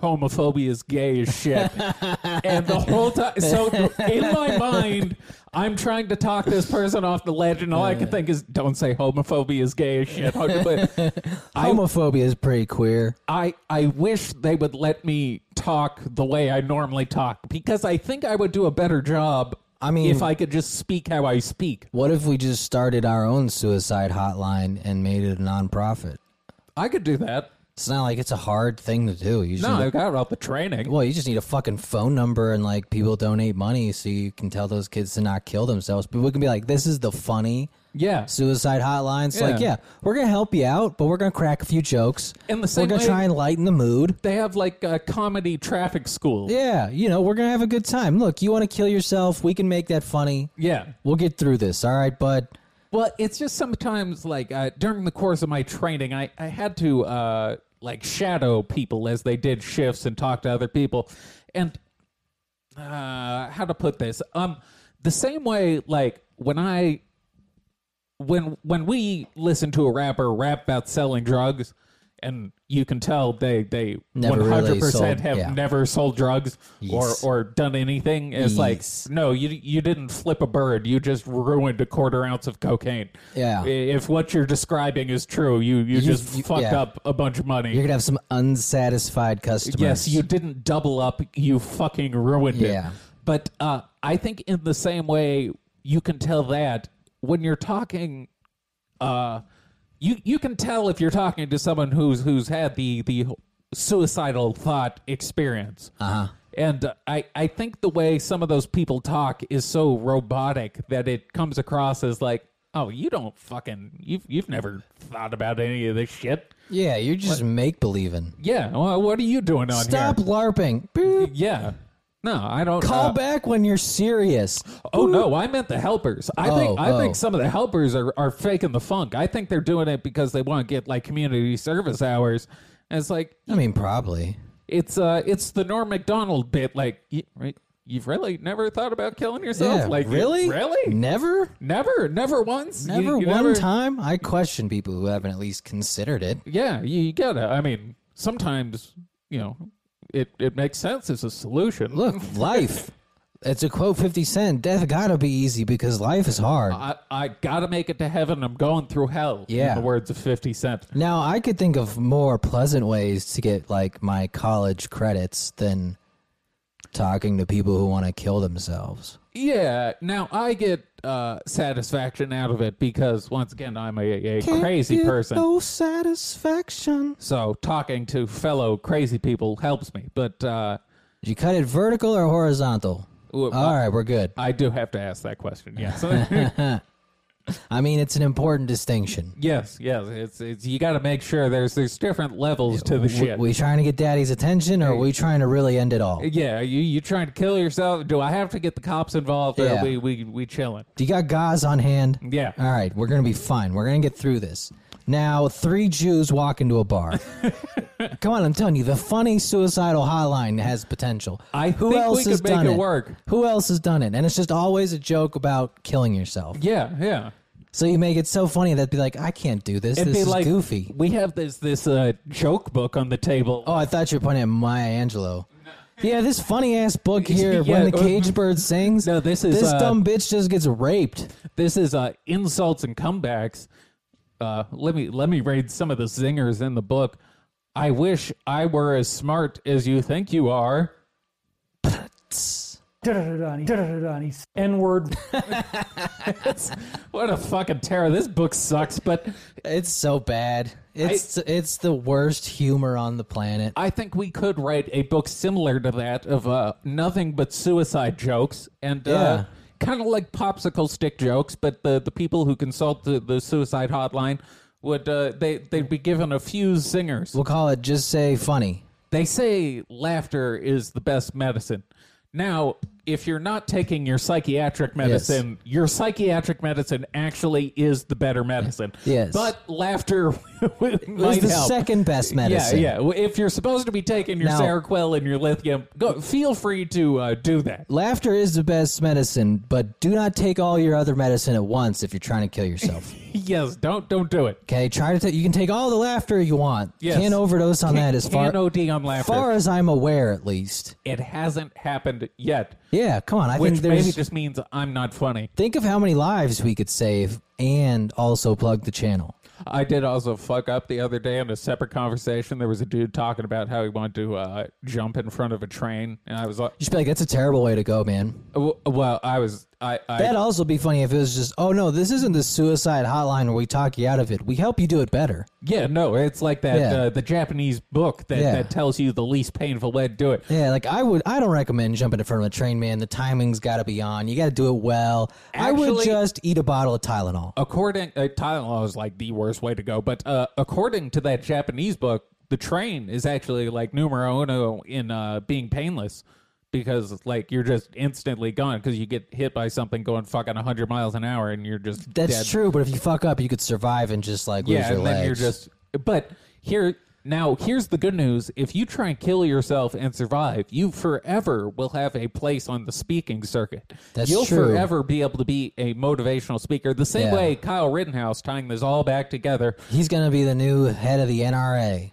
[SPEAKER 1] homophobia is gay as shit and the whole time so in my mind i'm trying to talk this person off the ledge and all i can think is don't say homophobia is gay as shit but I-
[SPEAKER 2] Homophobia is pretty queer.
[SPEAKER 1] I I wish they would let me talk the way I normally talk because I think I would do a better job.
[SPEAKER 2] I mean-
[SPEAKER 1] if I could just speak how I speak,
[SPEAKER 2] What if we just started our own suicide hotline and made it a nonprofit?
[SPEAKER 1] I could do that.
[SPEAKER 2] It's not like it's a hard thing to do. You just
[SPEAKER 1] No,
[SPEAKER 2] need
[SPEAKER 1] I
[SPEAKER 2] a-
[SPEAKER 1] got all the training.
[SPEAKER 2] well, you just need a fucking phone number and like people donate money so you can tell those kids to not kill themselves. But we can be like, this is the funny
[SPEAKER 1] Yeah,
[SPEAKER 2] suicide hotlines. Like,
[SPEAKER 1] Yeah.
[SPEAKER 2] yeah, we're gonna help you out, but we're gonna crack a few jokes.
[SPEAKER 1] In the
[SPEAKER 2] we're
[SPEAKER 1] same
[SPEAKER 2] gonna
[SPEAKER 1] way-
[SPEAKER 2] try and lighten the mood.
[SPEAKER 1] they have like a comedy traffic school.
[SPEAKER 2] Yeah, you know, we're gonna have a good time. Look, you want to kill yourself? We can make that funny.
[SPEAKER 1] Yeah.
[SPEAKER 2] We'll get through this. All right, bud.
[SPEAKER 1] Well, it's just sometimes like uh, during the course of my training, I, I had to uh, like shadow people as they did shifts and talk to other people. And uh, how to put this? Um, the same way, like when I when when we listen to a rapper rap about selling drugs, and you can tell they they one
[SPEAKER 2] Never really
[SPEAKER 1] hundred percent
[SPEAKER 2] sold-
[SPEAKER 1] have
[SPEAKER 2] yeah.
[SPEAKER 1] never sold drugs
[SPEAKER 2] Yes.
[SPEAKER 1] or or done anything. It's like
[SPEAKER 2] Yes.
[SPEAKER 1] no, you you didn't flip a bird. You just ruined a quarter ounce of cocaine.
[SPEAKER 2] Yeah.
[SPEAKER 1] I- If what you're describing is true, you you, just
[SPEAKER 2] you-
[SPEAKER 1] fucked
[SPEAKER 2] yeah.
[SPEAKER 1] up a bunch of
[SPEAKER 2] You're
[SPEAKER 1] money.
[SPEAKER 2] gonna have some unsatisfied customers.
[SPEAKER 1] Yes, you didn't double up. You fucking ruined
[SPEAKER 2] Yeah.
[SPEAKER 1] it. But uh, I think in the same way, you can tell that when you're talking. Uh, you you can tell if you're talking to someone who's who's had the the suicidal thought experience. Uh-huh. And uh, I I think the way some of those people talk is so robotic that it comes across as like, oh, you don't fucking you've you've never thought about any of this shit.
[SPEAKER 2] Yeah, you're just make believing.
[SPEAKER 1] Yeah, well, what are you doing on
[SPEAKER 2] Stop
[SPEAKER 1] here?
[SPEAKER 2] larping. Beep.
[SPEAKER 1] Yeah. No, I don't
[SPEAKER 2] Call
[SPEAKER 1] uh,
[SPEAKER 2] back when you're serious.
[SPEAKER 1] Oh no, I meant the helpers. I
[SPEAKER 2] Oh,
[SPEAKER 1] think I
[SPEAKER 2] oh.
[SPEAKER 1] think some of the helpers are, are faking the funk. I think they're doing it because they want to get like community service hours. And it's like
[SPEAKER 2] I mean, probably.
[SPEAKER 1] it's uh it's the Norm Macdonald bit. Like you, right, you've really never thought about killing yourself.
[SPEAKER 2] Yeah,
[SPEAKER 1] like you-
[SPEAKER 2] really?
[SPEAKER 1] really,
[SPEAKER 2] Never?
[SPEAKER 1] never, never once, You-
[SPEAKER 2] Never
[SPEAKER 1] you
[SPEAKER 2] one time? I question people who haven't at least considered it.
[SPEAKER 1] Yeah, you, you gotta. I mean, sometimes you know it it makes sense as a solution. *laughs*
[SPEAKER 2] Look, life. It's a quote 50 Cent. Death gotta be easy because life is hard.
[SPEAKER 1] I, I gotta make it to heaven. I'm going through hell.
[SPEAKER 2] Yeah.
[SPEAKER 1] in the words of Fifty Cent.
[SPEAKER 2] Now, I could think of more pleasant ways to get like my college credits than talking to people who want to kill themselves.
[SPEAKER 1] Yeah. Now I get uh, satisfaction out of it because once again I'm a, a crazy person.
[SPEAKER 2] No satisfaction.
[SPEAKER 1] so talking to fellow crazy people helps me. But uh,
[SPEAKER 2] Did you cut it vertical or horizontal?
[SPEAKER 1] Well,
[SPEAKER 2] All right, we're good.
[SPEAKER 1] I do have to ask that
[SPEAKER 2] *laughs*
[SPEAKER 1] question. Yes.
[SPEAKER 2] I mean, it's an important distinction.
[SPEAKER 1] yes. Yes. It's it's you got to make sure there's there's different levels to the shit.
[SPEAKER 2] We trying to get daddy's attention, or are we trying to really end it all?
[SPEAKER 1] yeah. You you trying to kill yourself? Do I have to get the cops involved? Or
[SPEAKER 2] Yeah.
[SPEAKER 1] we we we chilling.
[SPEAKER 2] Do you got gauze on hand?
[SPEAKER 1] Yeah.
[SPEAKER 2] All right, we're gonna be fine. We're gonna get through this. Now, three Jews walk into
[SPEAKER 1] *laughs*
[SPEAKER 2] a bar. Come on, I'm telling you, the funny suicidal hotline has potential.
[SPEAKER 1] I
[SPEAKER 2] Who
[SPEAKER 1] think we
[SPEAKER 2] else
[SPEAKER 1] could
[SPEAKER 2] has
[SPEAKER 1] make
[SPEAKER 2] done
[SPEAKER 1] it work.
[SPEAKER 2] Who else has done it? And it's just always a joke about killing yourself.
[SPEAKER 1] Yeah. Yeah.
[SPEAKER 2] So you make it so funny that be like, I can't do this.
[SPEAKER 1] It'd
[SPEAKER 2] this
[SPEAKER 1] be
[SPEAKER 2] is
[SPEAKER 1] like
[SPEAKER 2] goofy.
[SPEAKER 1] we have this this uh, joke book on the table.
[SPEAKER 2] Oh, I thought you were pointing at Maya Angelou. Yeah, this funny ass book here,
[SPEAKER 1] Yeah,
[SPEAKER 2] when the
[SPEAKER 1] uh,
[SPEAKER 2] caged bird sings.
[SPEAKER 1] No, this is,
[SPEAKER 2] this
[SPEAKER 1] uh,
[SPEAKER 2] dumb bitch just gets raped.
[SPEAKER 1] This is uh, insults and comebacks. Uh, let me let me read some of the zingers in the book. I wish I were as smart as you think you are.
[SPEAKER 4] N word.
[SPEAKER 1] *laughs* What a fucking terror! This book sucks, but
[SPEAKER 2] It's so bad. It's it's the worst humor on the planet.
[SPEAKER 1] I think we could write a book similar to that of uh, nothing but suicide jokes and uh, kind of like popsicle stick jokes. But the, the people who consult the, the suicide hotline would uh, they they'd be given a few zingers.
[SPEAKER 2] We'll call it just say funny.
[SPEAKER 1] They say laughter is the best medicine. Now, if you're not taking your psychiatric medicine, your psychiatric medicine actually is the better medicine.
[SPEAKER 2] Yes.
[SPEAKER 1] But laughter *laughs* might
[SPEAKER 2] It's the
[SPEAKER 1] help.
[SPEAKER 2] second best
[SPEAKER 1] yeah,
[SPEAKER 2] medicine.
[SPEAKER 1] yeah. Well, If you're supposed to be taking your
[SPEAKER 2] Now-
[SPEAKER 1] Seroquel and your lithium, go, feel free to uh, do that. *laughs*
[SPEAKER 2] Laughter is the best medicine, but do not take all your other medicine at once if you're trying to
[SPEAKER 1] *laughs*
[SPEAKER 2] kill yourself.
[SPEAKER 1] yes, don't don't do it.
[SPEAKER 2] Okay, try to take. You can take all the laughter you want.
[SPEAKER 1] Yes.
[SPEAKER 2] Can't overdose on
[SPEAKER 1] Can't-
[SPEAKER 2] that. As far
[SPEAKER 1] can't OD on laughter.
[SPEAKER 2] far as I'm aware, at least.
[SPEAKER 1] It hasn't happened yet,
[SPEAKER 2] Yeah, come on. I
[SPEAKER 1] which
[SPEAKER 2] think there's.
[SPEAKER 1] maybe just means I'm not funny.
[SPEAKER 2] Think of how many lives we could save, and also plug the channel.
[SPEAKER 1] I did also fuck up the other day in a separate conversation. There was a dude talking about how he wanted to uh, jump in front of a train, and I was like,
[SPEAKER 2] You should be like, that's a terrible way to go, man.
[SPEAKER 1] w- "Well, I was, I, I
[SPEAKER 2] That'd also be funny if it was just, oh no, this isn't the suicide hotline where we talk you out of it. We help you do it better.
[SPEAKER 1] yeah, no, it's like that
[SPEAKER 2] Yeah.
[SPEAKER 1] uh, the Japanese book that,
[SPEAKER 2] Yeah.
[SPEAKER 1] that tells you the least painful way to do it."
[SPEAKER 2] Yeah, like I would, I don't recommend jumping in front of a train, man. The timing's got to be on. You got to do it well. I would
[SPEAKER 1] Actually-
[SPEAKER 2] just eat a bottle of Tylenol.
[SPEAKER 1] According, uh, Tylenol is like the worst way to go, but uh, according to that Japanese book, the train is actually like numero uno in uh, being painless. Because like you're just instantly gone because you get hit by something going fucking 100 miles an hour and you're just
[SPEAKER 2] That's
[SPEAKER 1] dead.
[SPEAKER 2] true, but if you fuck up, you could survive and just like lose
[SPEAKER 1] yeah,
[SPEAKER 2] your
[SPEAKER 1] and
[SPEAKER 2] legs.
[SPEAKER 1] then you're just. But here now, here's the good news: if you try and kill yourself and survive, you forever will have a place on the speaking circuit.
[SPEAKER 2] That's
[SPEAKER 1] You'll
[SPEAKER 2] true.
[SPEAKER 1] forever be able to be a motivational speaker. The same
[SPEAKER 2] Yeah.
[SPEAKER 1] way Kyle Rittenhouse tying this all back together.
[SPEAKER 2] He's gonna be the new head of the NRA.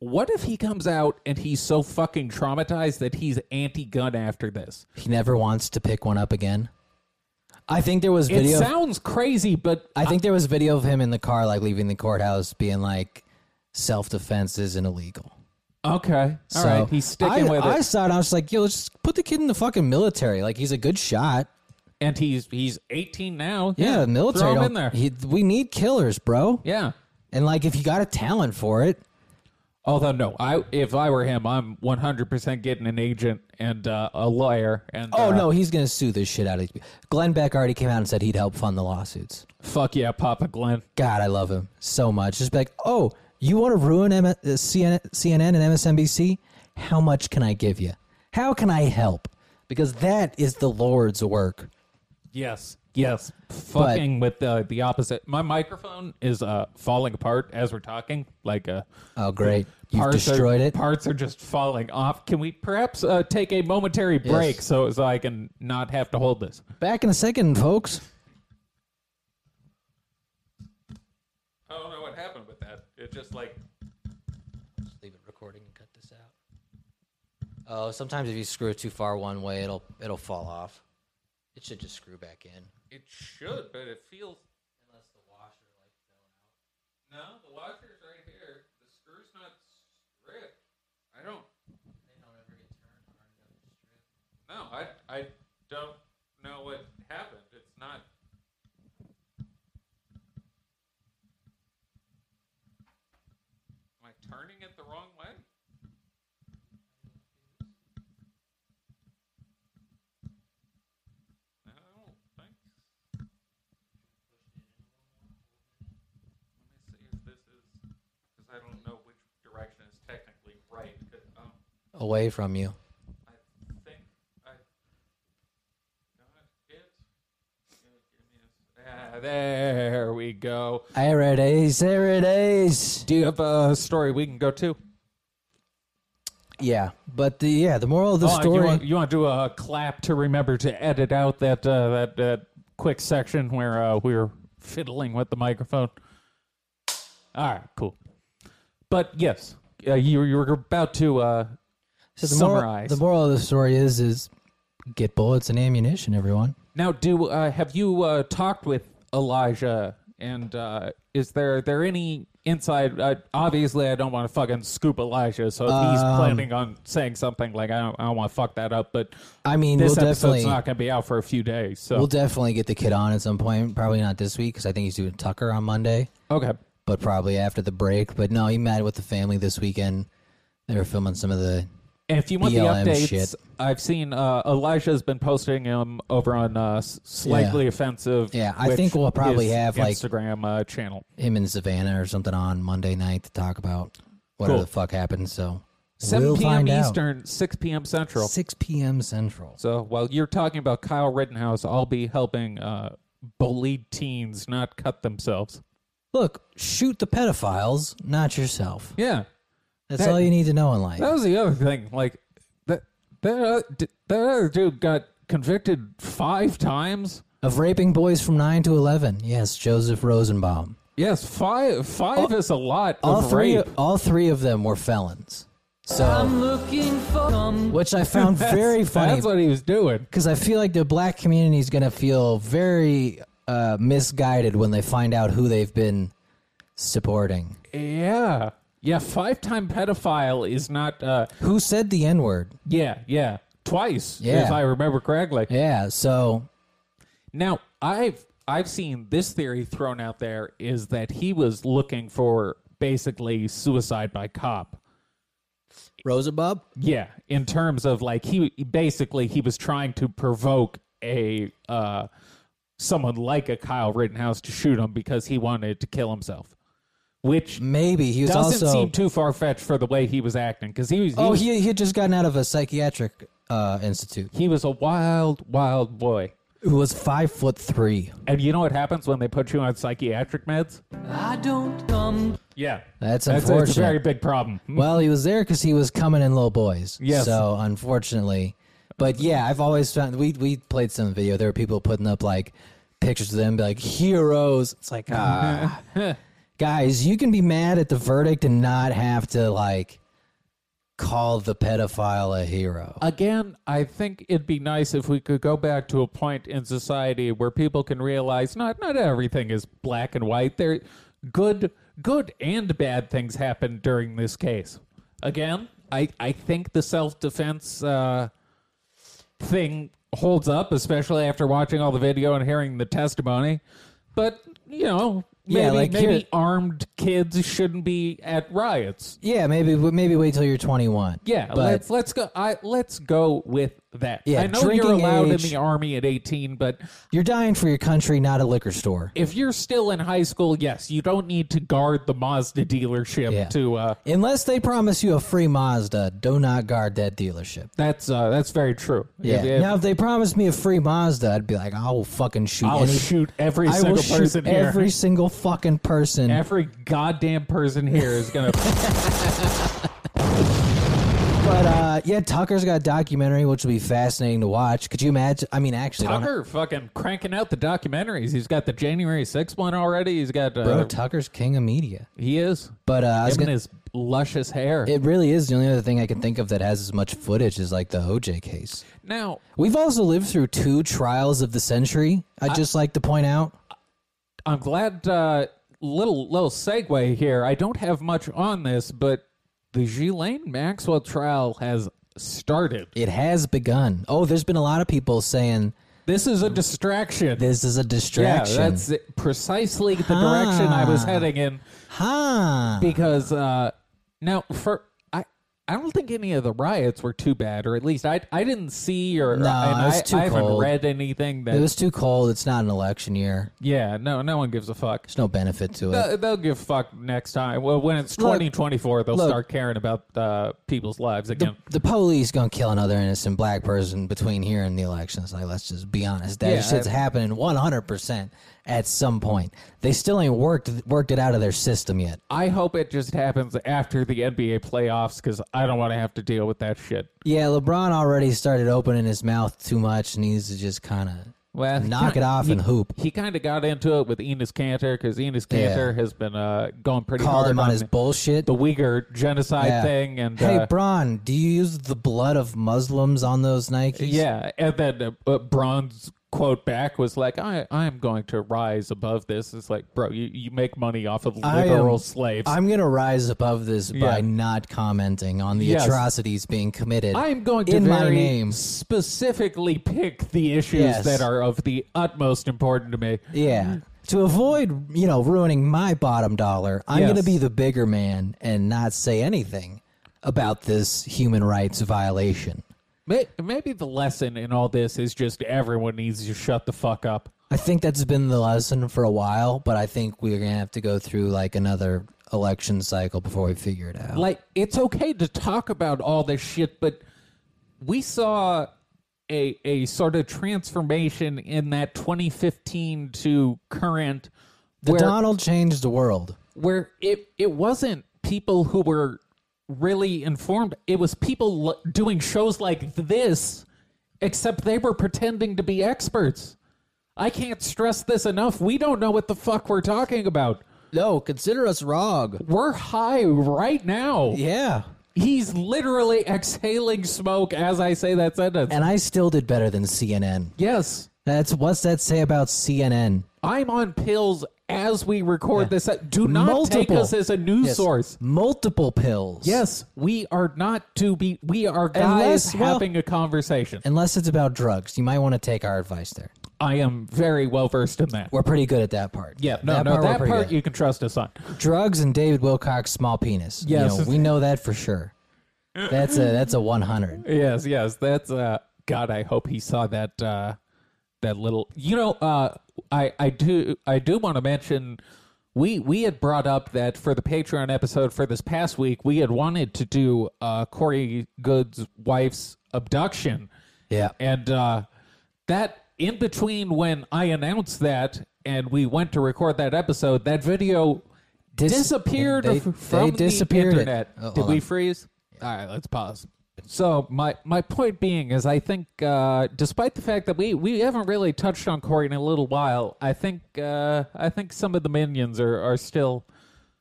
[SPEAKER 1] What if he comes out and he's so fucking traumatized that he's anti-gun after this?
[SPEAKER 2] He never wants to pick one up again. I think there was
[SPEAKER 1] It
[SPEAKER 2] video.
[SPEAKER 1] sounds crazy, but
[SPEAKER 2] I think there was video of him in the car, like leaving the courthouse, being like, "Self defense isn't illegal."
[SPEAKER 1] okay, all right.
[SPEAKER 2] So,
[SPEAKER 1] He's sticking
[SPEAKER 2] I,
[SPEAKER 1] with it,
[SPEAKER 2] I saw it. I was like, yo, let's just put the kid in the fucking military. Like he's a good shot.
[SPEAKER 1] and he's he's 18 now.
[SPEAKER 2] Yeah, the military.
[SPEAKER 1] Throw him
[SPEAKER 2] don't-
[SPEAKER 1] in there.
[SPEAKER 2] he- we need killers, bro.
[SPEAKER 1] yeah.
[SPEAKER 2] And like, if you got a talent for it,
[SPEAKER 1] Although no, I if I were him, I'm 100 percent getting an agent and uh, a lawyer. And
[SPEAKER 2] oh
[SPEAKER 1] uh,
[SPEAKER 2] no, he's gonna sue this shit out of these. Glenn Beck already came out and said he'd help fund the lawsuits.
[SPEAKER 1] fuck yeah, Papa Glenn.
[SPEAKER 2] God, I love him so much. Just be like, oh, you want to ruin M- uh, CNN, CNN and MSNBC? How much can I give you? How can I help? Because that is the Lord's work.
[SPEAKER 1] Yes, yes, fucking with uh, the opposite. My microphone is uh, falling apart as we're talking. Like uh,
[SPEAKER 2] Oh, great! You've
[SPEAKER 1] parts
[SPEAKER 2] destroyed
[SPEAKER 1] are,
[SPEAKER 2] it.
[SPEAKER 1] Parts are just falling off. Can we perhaps uh, take a momentary break so so I can not have to hold this?
[SPEAKER 2] Back in a second, folks.
[SPEAKER 1] I don't know what happened with that. It just like
[SPEAKER 2] leave it recording and cut this out. Oh, sometimes if you screw it too far one way, it'll it'll fall off. It should just screw back in.
[SPEAKER 1] it should, but it feels. Unless the washer like fell out. No, the washer's right here. The screw's not stripped. I don't. They don't ever get turned No, I I don't know what happened. It's not. Am I turning it the wrong way? um,
[SPEAKER 2] away from you.
[SPEAKER 1] Ah, there we go.
[SPEAKER 2] There it is. There it is.
[SPEAKER 1] Do you have a story we can go to?
[SPEAKER 2] Yeah, but the yeah the moral of the
[SPEAKER 1] Oh,
[SPEAKER 2] story.
[SPEAKER 1] You want, you want to do a clap to remember to edit out that uh, that that quick section where uh, we were fiddling with the microphone. All right, cool. But yes, uh, you you were about to uh,
[SPEAKER 2] So the Moral,
[SPEAKER 1] summarize.
[SPEAKER 2] the moral of the story is is get bullets and ammunition, everyone.
[SPEAKER 1] now, do uh, have you uh, talked with Elijah? And uh, is there there any inside? Uh, obviously, I don't want to fucking scoop Elijah, so if he's
[SPEAKER 2] Um,
[SPEAKER 1] planning on saying something like I don't, I don't want to fuck that up. But
[SPEAKER 2] I mean,
[SPEAKER 1] this
[SPEAKER 2] we'll
[SPEAKER 1] episode's
[SPEAKER 2] definitely
[SPEAKER 1] not going to be out for a few days. So
[SPEAKER 2] we'll definitely get the kid on at some point. Probably not this week because I think he's doing Tucker on Monday,
[SPEAKER 1] okay.
[SPEAKER 2] but probably after the break. But no, he met with the family this weekend. They were filming some of the
[SPEAKER 1] And if you want
[SPEAKER 2] BLM
[SPEAKER 1] the updates,
[SPEAKER 2] shit.
[SPEAKER 1] I've seen uh, Elijah's been posting them over on uh, s- slightly offensive.
[SPEAKER 2] Yeah, I
[SPEAKER 1] which
[SPEAKER 2] think we'll probably
[SPEAKER 1] is
[SPEAKER 2] have, like-
[SPEAKER 1] Instagram uh, channel.
[SPEAKER 2] him and Savannah or something on Monday night to talk about whatever
[SPEAKER 1] Cool.
[SPEAKER 2] the fuck happened. So
[SPEAKER 1] 7
[SPEAKER 2] we'll
[SPEAKER 1] p.m.
[SPEAKER 2] find out.
[SPEAKER 1] Eastern, 6 p.m. Central.
[SPEAKER 2] six p.m. Central.
[SPEAKER 1] So while you're talking about Kyle Rittenhouse, I'll be helping uh, bullied teens not cut themselves.
[SPEAKER 2] Look, shoot the pedophiles, not yourself.
[SPEAKER 1] Yeah,
[SPEAKER 2] That's
[SPEAKER 1] That-
[SPEAKER 2] all you need to know in life.
[SPEAKER 1] that was the other thing. Like that that uh, d- that other dude got convicted five times.
[SPEAKER 2] Of raping boys from 9 to 11. Yes, Joseph Rosenbaum.
[SPEAKER 1] Yes, five five is a lot
[SPEAKER 2] All
[SPEAKER 1] of
[SPEAKER 2] three,
[SPEAKER 1] rape. Um,
[SPEAKER 2] all three of them were felons. So,
[SPEAKER 3] I'm looking for some
[SPEAKER 2] which I found very funny
[SPEAKER 1] *laughs* That's what he was doing.
[SPEAKER 2] because I feel like the black community is going to feel very uh, misguided when they find out who they've been supporting.
[SPEAKER 1] Yeah. Yeah, five time pedophile is not uh
[SPEAKER 2] Who said the N word?
[SPEAKER 1] yeah, yeah. Twice,
[SPEAKER 2] Yeah.
[SPEAKER 1] if I remember correctly.
[SPEAKER 2] Yeah, so
[SPEAKER 1] Now I've I've seen this theory thrown out there is that he was looking for basically suicide by cop.
[SPEAKER 2] Rosenbaum?
[SPEAKER 1] Yeah. In terms of like he basically he was trying to provoke a uh someone like a Kyle Rittenhouse to shoot him because he wanted to kill himself. Which
[SPEAKER 2] Maybe. He was
[SPEAKER 1] doesn't
[SPEAKER 2] also.
[SPEAKER 1] seem too far fetched for the way he was acting because he was he
[SPEAKER 2] oh,
[SPEAKER 1] was
[SPEAKER 2] he, he had just gotten out of a psychiatric uh, institute.
[SPEAKER 1] He was a wild, wild boy.
[SPEAKER 2] Who was five foot three.
[SPEAKER 1] And you know what happens when they put you on psychiatric meds?
[SPEAKER 3] I don't come
[SPEAKER 1] Yeah.
[SPEAKER 2] That's
[SPEAKER 1] That's,
[SPEAKER 2] unfortunate.
[SPEAKER 1] a very big problem.
[SPEAKER 2] Well, he was there because he was coming in little boys.
[SPEAKER 1] Yes.
[SPEAKER 2] So unfortunately, but yeah, I've always found we we played some video. There were people putting up like pictures of them, be like heroes. It's
[SPEAKER 1] *laughs*
[SPEAKER 2] like, ah, guys, you can be mad at the verdict and not have to like call the pedophile a hero.
[SPEAKER 1] Again, I think it'd be nice if we could go back to a point in society where people can realize not not everything is black and white. There good good and bad things happened during this case. Again, I, I think the self defense uh, thing holds up, especially after watching all the video and hearing the testimony. But you know, maybe
[SPEAKER 2] Yeah, like
[SPEAKER 1] maybe
[SPEAKER 2] here-
[SPEAKER 1] armed kids shouldn't be at riots.
[SPEAKER 2] yeah, maybe maybe wait till you're 21.
[SPEAKER 1] Yeah,
[SPEAKER 2] but
[SPEAKER 1] let's let's go. I let's go with that.
[SPEAKER 2] Yeah,
[SPEAKER 1] I know you're
[SPEAKER 2] drinking
[SPEAKER 1] allowed
[SPEAKER 2] age-
[SPEAKER 1] in the army at 18, but
[SPEAKER 2] you're dying for your country, not a liquor store.
[SPEAKER 1] if you're still in high school, yes, you don't need to guard the Mazda dealership
[SPEAKER 2] Yeah.
[SPEAKER 1] to. Uh,
[SPEAKER 2] Unless they promise you a free Mazda, do not guard that dealership.
[SPEAKER 1] that's uh, that's very true.
[SPEAKER 2] Yeah.
[SPEAKER 1] If- if-
[SPEAKER 2] now, if they promised me a free Mazda, I'd be like, I will fucking shoot.
[SPEAKER 1] I'll
[SPEAKER 2] any-
[SPEAKER 1] shoot every
[SPEAKER 2] I
[SPEAKER 1] single
[SPEAKER 2] will
[SPEAKER 1] person
[SPEAKER 2] shoot
[SPEAKER 1] here.
[SPEAKER 2] every single fucking person.
[SPEAKER 1] Every goddamn person here is
[SPEAKER 2] *laughs*
[SPEAKER 1] gonna.
[SPEAKER 2] but uh, yeah, Tucker's got a documentary which will be fascinating to watch. Could you imagine? I mean, actually, I don't-
[SPEAKER 1] Tucker fucking cranking out the documentaries. He's got the January 6th one already. He's got. Uh,
[SPEAKER 2] bro, Tucker's king of media.
[SPEAKER 1] he is.
[SPEAKER 2] But uh, I was
[SPEAKER 1] Him and
[SPEAKER 2] gonna,
[SPEAKER 1] his luscious hair.
[SPEAKER 2] it really is the only other thing I can think of that has as much footage as like the OJ case.
[SPEAKER 1] now,
[SPEAKER 2] We've also lived through two trials of the century. I'd just like to point out.
[SPEAKER 1] I'm glad. Uh, little little segue here. I don't have much on this, but the Ghislaine Maxwell trial has started.
[SPEAKER 2] It has begun. Oh, there's been a lot of people saying
[SPEAKER 1] This is a distraction.
[SPEAKER 2] this is a
[SPEAKER 1] yeah,
[SPEAKER 2] distraction. Ah.
[SPEAKER 1] that's it- precisely the direction I was heading in
[SPEAKER 2] huh.
[SPEAKER 1] because uh, now for I I don't think any of the riots were too bad, or at least I I didn't see or
[SPEAKER 2] No,
[SPEAKER 1] and
[SPEAKER 2] it was
[SPEAKER 1] I,
[SPEAKER 2] too
[SPEAKER 1] I haven't
[SPEAKER 2] cold.
[SPEAKER 1] read anything that
[SPEAKER 2] It was too cold. It's not an election year.
[SPEAKER 1] yeah no no one gives a fuck.
[SPEAKER 2] There's no benefit to it.
[SPEAKER 1] They'll, they'll give a fuck next time. Well, when it's
[SPEAKER 2] Look-
[SPEAKER 1] twenty twenty four, they'll
[SPEAKER 2] look.
[SPEAKER 1] start caring about uh, people's lives again.
[SPEAKER 2] the police gonna kill another innocent black person between here and the elections. Like, let's just be honest. That
[SPEAKER 1] Yeah,
[SPEAKER 2] shit's
[SPEAKER 1] I-
[SPEAKER 2] happening one hundred percent at some point. They still ain't worked worked it out of their system yet.
[SPEAKER 1] I hope it just happens after the NBA playoffs because I don't want to have to deal with that shit.
[SPEAKER 2] Yeah, LeBron already started opening his mouth too much, and needs to just kind of
[SPEAKER 1] Well, he
[SPEAKER 2] knock it
[SPEAKER 1] kinda-
[SPEAKER 2] off
[SPEAKER 1] he-
[SPEAKER 2] and hoop.
[SPEAKER 1] He kind of got into it with Enos Cantor because Enos Cantor has been uh, going pretty
[SPEAKER 2] Called
[SPEAKER 1] hard
[SPEAKER 2] him on his bullshit.
[SPEAKER 1] the Uyghur genocide
[SPEAKER 2] Yeah.
[SPEAKER 1] thing and
[SPEAKER 2] hey,
[SPEAKER 1] uh,
[SPEAKER 2] Bron, do you use the blood of Muslims on those Nikes?
[SPEAKER 1] yeah, and then uh, uh, Braun's quote back was like, "I I am going to rise above this." It's like, bro, you, you make money off of
[SPEAKER 2] I am-
[SPEAKER 1] liberal slaves.
[SPEAKER 2] I'm gonna rise above this by
[SPEAKER 1] Yeah.
[SPEAKER 2] not commenting on the
[SPEAKER 1] Yes.
[SPEAKER 2] atrocities being committed.
[SPEAKER 1] I am going to
[SPEAKER 2] in my
[SPEAKER 1] very
[SPEAKER 2] name.
[SPEAKER 1] specifically pick the issues
[SPEAKER 2] Yes.
[SPEAKER 1] that are of the utmost important to me.
[SPEAKER 2] Yeah. To avoid, you know, ruining my bottom dollar, I'm
[SPEAKER 1] Yes.
[SPEAKER 2] going to be the bigger man and not say anything about this human rights violation.
[SPEAKER 1] May- Maybe the lesson in all this is just everyone needs to shut the fuck up.
[SPEAKER 2] I think that's been the lesson for a while, but I think we're going to have to go through like another election cycle before we figure it out.
[SPEAKER 1] Like, it's okay to talk about all this shit, but we saw a, a sort of transformation in that 2015 to current
[SPEAKER 2] the
[SPEAKER 1] where,
[SPEAKER 2] Donald changed the world.
[SPEAKER 1] where it, it wasn't people who were really informed, it was people l- doing shows like this, except they were pretending to be experts. I can't stress this enough. We don't know what the fuck we're talking about.
[SPEAKER 2] No, consider us wrong.
[SPEAKER 1] We're high right now.
[SPEAKER 2] Yeah.
[SPEAKER 1] He's literally exhaling smoke as I say that sentence.
[SPEAKER 2] And I still did better than CNN.
[SPEAKER 1] yes,
[SPEAKER 2] That's what's that say about CNN?
[SPEAKER 1] I'm on pills as we record this. Do not take
[SPEAKER 2] Multiple.
[SPEAKER 1] us as a news
[SPEAKER 2] Yes.
[SPEAKER 1] source.
[SPEAKER 2] Multiple pills.
[SPEAKER 1] Yes, we are not to be. We are guys
[SPEAKER 2] Unless- well-
[SPEAKER 1] having a conversation.
[SPEAKER 2] Unless it's about drugs, you might want to take our advice there.
[SPEAKER 1] I am very well versed in that.
[SPEAKER 2] We're pretty good at that part.
[SPEAKER 1] yeah, no,
[SPEAKER 2] that
[SPEAKER 1] no,
[SPEAKER 2] part we're
[SPEAKER 1] that
[SPEAKER 2] pretty
[SPEAKER 1] part
[SPEAKER 2] good.
[SPEAKER 1] you can trust us on.
[SPEAKER 2] drugs and David Wilcox small penis. You
[SPEAKER 1] Yes.
[SPEAKER 2] know, we know that for sure. That's a that's a one hundred.
[SPEAKER 1] Yes, yes, that's uh God, I hope he saw that uh that little you know, uh I I do I do want to mention we we had brought up that for the Patreon episode for this past week, we had wanted to do uh Corey Good's wife's abduction.
[SPEAKER 2] Yeah.
[SPEAKER 1] And uh that in between when I announced that and we went to record that episode, that video
[SPEAKER 2] Dis-
[SPEAKER 1] disappeared
[SPEAKER 2] they-
[SPEAKER 1] f-
[SPEAKER 2] they
[SPEAKER 1] from
[SPEAKER 2] disappeared it.
[SPEAKER 1] the internet.
[SPEAKER 2] Oh,
[SPEAKER 1] Did
[SPEAKER 2] hold
[SPEAKER 1] we
[SPEAKER 2] on.
[SPEAKER 1] freeze? All right, let's pause. So my my point being is, I think uh, despite the fact that we, we haven't really touched on Corey in a little while, I think uh, I think some of the minions are, are still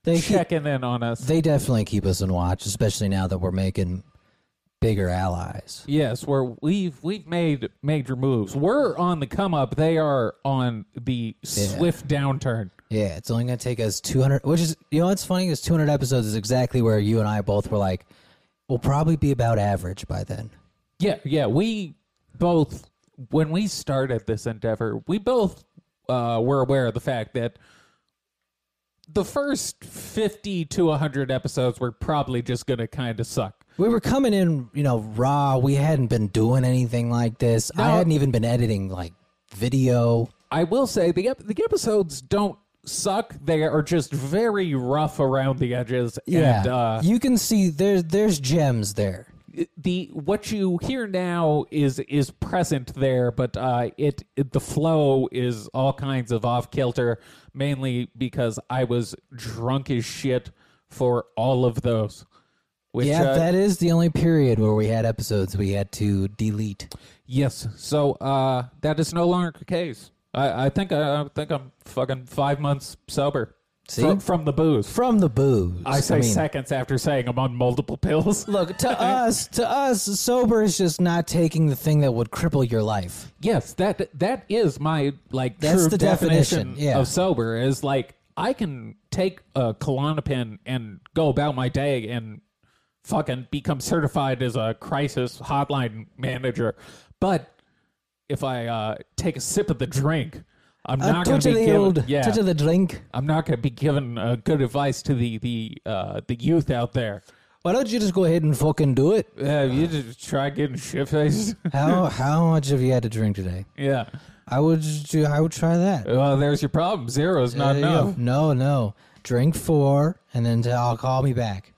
[SPEAKER 2] They keep-
[SPEAKER 1] checking in on us.
[SPEAKER 2] They definitely keep us in watch, especially now that we're making bigger allies.
[SPEAKER 1] yes, where we've we've made major moves. We're on the come up. They are on the swift downturn.
[SPEAKER 2] Yeah, it's only gonna take us two hundred which is you know what's funny is two hundred episodes is exactly where you and I both were like, We'll probably be about average by then.
[SPEAKER 1] Yeah, yeah. We both, when we started this endeavor, we both uh, were aware of the fact that the first 50 to 100 episodes were probably just going to kind of suck.
[SPEAKER 2] We were coming in, you know, raw. We hadn't been doing anything like this. I hadn't even been editing like video.
[SPEAKER 1] I will say the, ep- the episodes don't suck, they are just very rough around the edges. And, uh,
[SPEAKER 2] you can see there's there's gems there.
[SPEAKER 1] the what you hear now is is present there, but uh, it, it the flow is all kinds of off kilter, mainly because I was drunk as shit for all of those. Which,
[SPEAKER 2] yeah,
[SPEAKER 1] uh,
[SPEAKER 2] that is the only period where we had episodes we had to delete.
[SPEAKER 1] yes. So uh, that is no longer the case. I, I think uh, I, I think I'm fucking five months sober
[SPEAKER 2] See?
[SPEAKER 1] From, from the booze.
[SPEAKER 2] From the booze.
[SPEAKER 1] I say
[SPEAKER 2] mean,
[SPEAKER 1] seconds after saying I'm on multiple pills.
[SPEAKER 2] Look, to us, to us, sober is just not taking the thing that would cripple your life.
[SPEAKER 1] Yes, that that is my like
[SPEAKER 2] That's
[SPEAKER 1] true
[SPEAKER 2] the
[SPEAKER 1] definition,
[SPEAKER 2] definition, yeah.
[SPEAKER 1] of sober is like I can take a Klonopin and go about my day and fucking become certified as a crisis hotline manager, but if I uh, take a sip of the drink, I'm
[SPEAKER 2] a
[SPEAKER 1] not going
[SPEAKER 2] touch
[SPEAKER 1] to
[SPEAKER 2] of
[SPEAKER 1] be
[SPEAKER 2] Uh, the
[SPEAKER 1] given
[SPEAKER 2] old,
[SPEAKER 1] yeah,
[SPEAKER 2] touch of the drink.
[SPEAKER 1] I'm not going to be given uh, good advice to the the uh, the youth out there.
[SPEAKER 2] Why don't you just go ahead and fucking do it?
[SPEAKER 1] Yeah, Uh, you just try getting shit faced.
[SPEAKER 2] How how much have you had to drink today?
[SPEAKER 1] *laughs* yeah.
[SPEAKER 2] I would just do. I would try that.
[SPEAKER 1] Well, there's your problem. Zero is not
[SPEAKER 2] There you go.
[SPEAKER 1] enough.
[SPEAKER 2] No, no. Drink four, and then I'll call me back.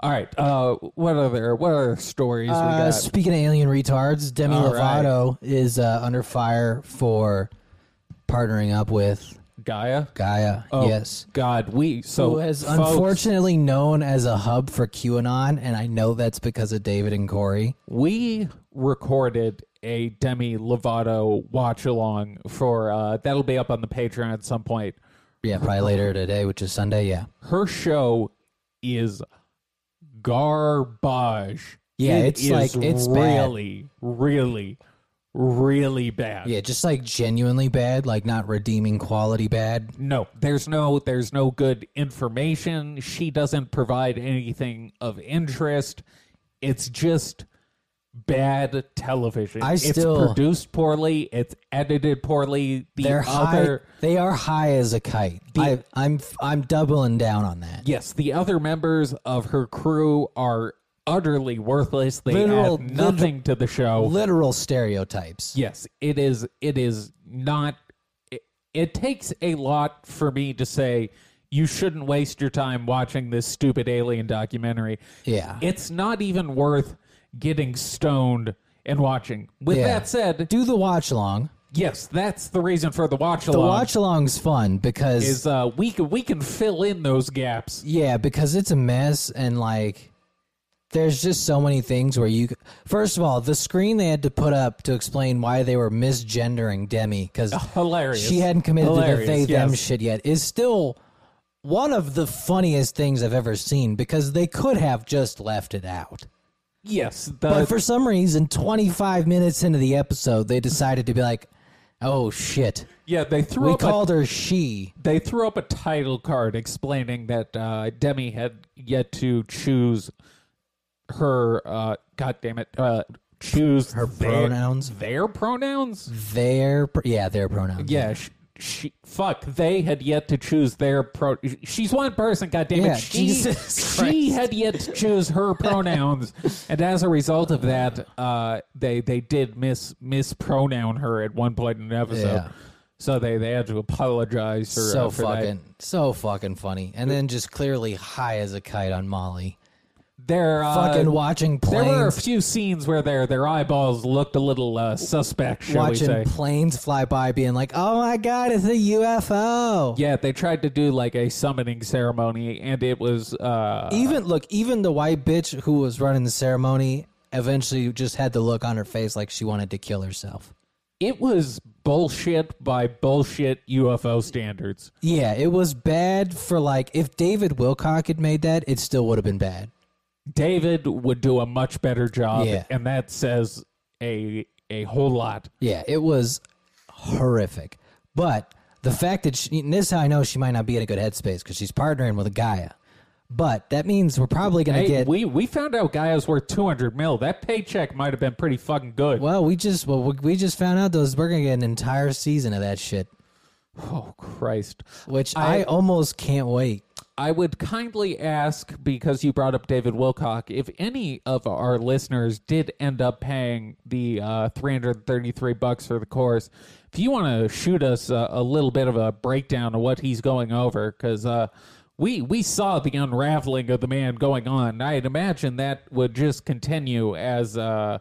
[SPEAKER 1] All right. Uh, what other what other stories we
[SPEAKER 2] Uh,
[SPEAKER 1] got?
[SPEAKER 2] speaking of alien retards, Demi
[SPEAKER 1] All right.
[SPEAKER 2] Lovato is uh, under fire for partnering up with
[SPEAKER 1] Gaia.
[SPEAKER 2] Gaia.
[SPEAKER 1] Oh,
[SPEAKER 2] yes.
[SPEAKER 1] God, we so
[SPEAKER 2] Who is
[SPEAKER 1] folks,
[SPEAKER 2] unfortunately known as a hub for QAnon, and I know that's because of David and Corey.
[SPEAKER 1] we recorded a Demi Lovato watch along for uh, that'll be up on the Patreon at some point.
[SPEAKER 2] Yeah, probably later today, which is Sunday. Yeah.
[SPEAKER 1] Her show is garbage.
[SPEAKER 2] Yeah,
[SPEAKER 1] It
[SPEAKER 2] it's
[SPEAKER 1] is
[SPEAKER 2] like- it's bad.
[SPEAKER 1] really, really, really bad.
[SPEAKER 2] Yeah, just like genuinely bad, like not redeeming quality bad.
[SPEAKER 1] No, there's no there's no good information. She doesn't provide anything of interest. It's just bad television.
[SPEAKER 2] I
[SPEAKER 1] it's
[SPEAKER 2] still-
[SPEAKER 1] produced poorly, it's edited poorly. The
[SPEAKER 2] They're
[SPEAKER 1] other
[SPEAKER 2] high. They are high as a kite. I, I'm I'm doubling down on that.
[SPEAKER 1] yes, the other members of her crew are utterly worthless. They
[SPEAKER 2] Literal-
[SPEAKER 1] add nothing to the show.
[SPEAKER 2] Literal stereotypes.
[SPEAKER 1] Yes, it is. It is not. It, it takes a lot for me to say you shouldn't waste your time watching this stupid alien documentary.
[SPEAKER 2] Yeah.
[SPEAKER 1] it's not even worth getting stoned and watching. With
[SPEAKER 2] Yeah.
[SPEAKER 1] that said,
[SPEAKER 2] Do the watch along.
[SPEAKER 1] yes, that's the reason for the watch
[SPEAKER 2] The
[SPEAKER 1] along.
[SPEAKER 2] watch along's fun because
[SPEAKER 1] is uh, we can we can fill in those gaps.
[SPEAKER 2] yeah, because it's a mess and like there's just so many things where you c- first of all the screen they had to put up to explain why they were misgendering Demi because
[SPEAKER 1] Oh, Hilarious.
[SPEAKER 2] she hadn't committed to the
[SPEAKER 1] Hilarious,
[SPEAKER 2] they them
[SPEAKER 1] yes.
[SPEAKER 2] shit yet is still one of the funniest things I've ever seen because they could have just left it out.
[SPEAKER 1] Yes, the,
[SPEAKER 2] But for some reason, 25 minutes into the episode, they decided to be like, oh shit.
[SPEAKER 1] yeah they threw
[SPEAKER 2] We
[SPEAKER 1] up a-
[SPEAKER 2] called her she.
[SPEAKER 1] they threw up a title card explaining that uh, Demi had yet to choose her. Uh, God damn it! Uh, choose her
[SPEAKER 2] pronouns? Mm-hmm.
[SPEAKER 1] Their pronouns.
[SPEAKER 2] Their, pr- yeah, their pronouns.
[SPEAKER 1] Yeah. She, she fuck. They had yet to choose their pro. She's one person. God damn
[SPEAKER 2] Yeah,
[SPEAKER 1] it! She,
[SPEAKER 2] Jesus
[SPEAKER 1] she
[SPEAKER 2] Christ.
[SPEAKER 1] had yet to choose
[SPEAKER 2] *laughs*
[SPEAKER 1] her pronouns, and as a result of that, uh, they they did mis mispronoun her at one point in an episode.
[SPEAKER 2] Yeah.
[SPEAKER 1] So they, they had to apologize for
[SPEAKER 2] So
[SPEAKER 1] uh, for that.
[SPEAKER 2] fucking, so fucking funny. And then just clearly high as a kite on Molly.
[SPEAKER 1] They're uh,
[SPEAKER 2] Fucking watching
[SPEAKER 1] There were a
[SPEAKER 2] planes,
[SPEAKER 1] few scenes where their their eyeballs looked a little uh, suspect, shall we say?
[SPEAKER 2] watching planes fly by, being like, "Oh my god, it's a UFO."
[SPEAKER 1] yeah, they tried to do like a summoning ceremony, and it was uh,
[SPEAKER 2] Even look, even the white bitch who was running the ceremony eventually just had the look on her face like she wanted to kill herself.
[SPEAKER 1] it was bullshit by bullshit UFO standards.
[SPEAKER 2] Yeah, it was bad for like if David Wilcock had made that, it still would have been bad.
[SPEAKER 1] David would do a much better job,
[SPEAKER 2] Yeah.
[SPEAKER 1] and that says a a whole lot.
[SPEAKER 2] Yeah, it was horrific. But the fact that she, and this is how I know she might not be in a good headspace because she's partnering with a Gaia. But that means we're probably gonna
[SPEAKER 1] Hey,
[SPEAKER 2] get
[SPEAKER 1] we we found out Gaia's worth two hundred mil. That paycheck might have been pretty fucking good.
[SPEAKER 2] well, we just well we- we just found out those we're gonna get an entire season of that shit,
[SPEAKER 1] Oh Christ!
[SPEAKER 2] which I,
[SPEAKER 1] I-
[SPEAKER 2] almost can't wait.
[SPEAKER 1] I would kindly ask, because you brought up David Wilcock, if any of our listeners did end up paying the uh, 333 bucks for the course, if you want to shoot us a, a little bit of a breakdown of what he's going over, because uh, we we saw the unraveling of the man going on. I'd imagine that would just continue as uh,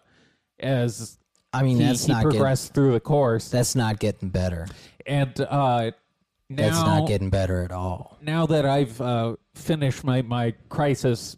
[SPEAKER 1] as
[SPEAKER 2] I mean,
[SPEAKER 1] he,
[SPEAKER 2] that's
[SPEAKER 1] he
[SPEAKER 2] not getting,
[SPEAKER 1] progressed through the course,
[SPEAKER 2] that's not getting better.
[SPEAKER 1] and uh, now
[SPEAKER 2] That's not getting better at all.
[SPEAKER 1] now that I've uh, finished my, my crisis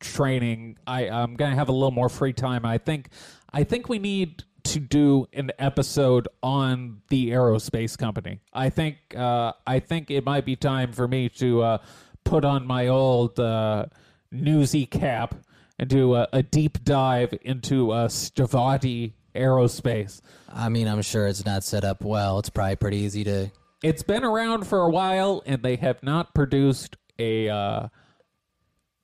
[SPEAKER 1] training, I, I'm gonna have a little more free time. I think I think we need to do an episode on the aerospace company. I think uh, I think it might be time for me to uh, put on my old uh, newsy cap and do a, a deep dive into uh, Stavati Aerospace.
[SPEAKER 2] I mean, I'm sure it's not set up well. It's probably pretty easy to.
[SPEAKER 1] it's been around for a while and they have not produced a uh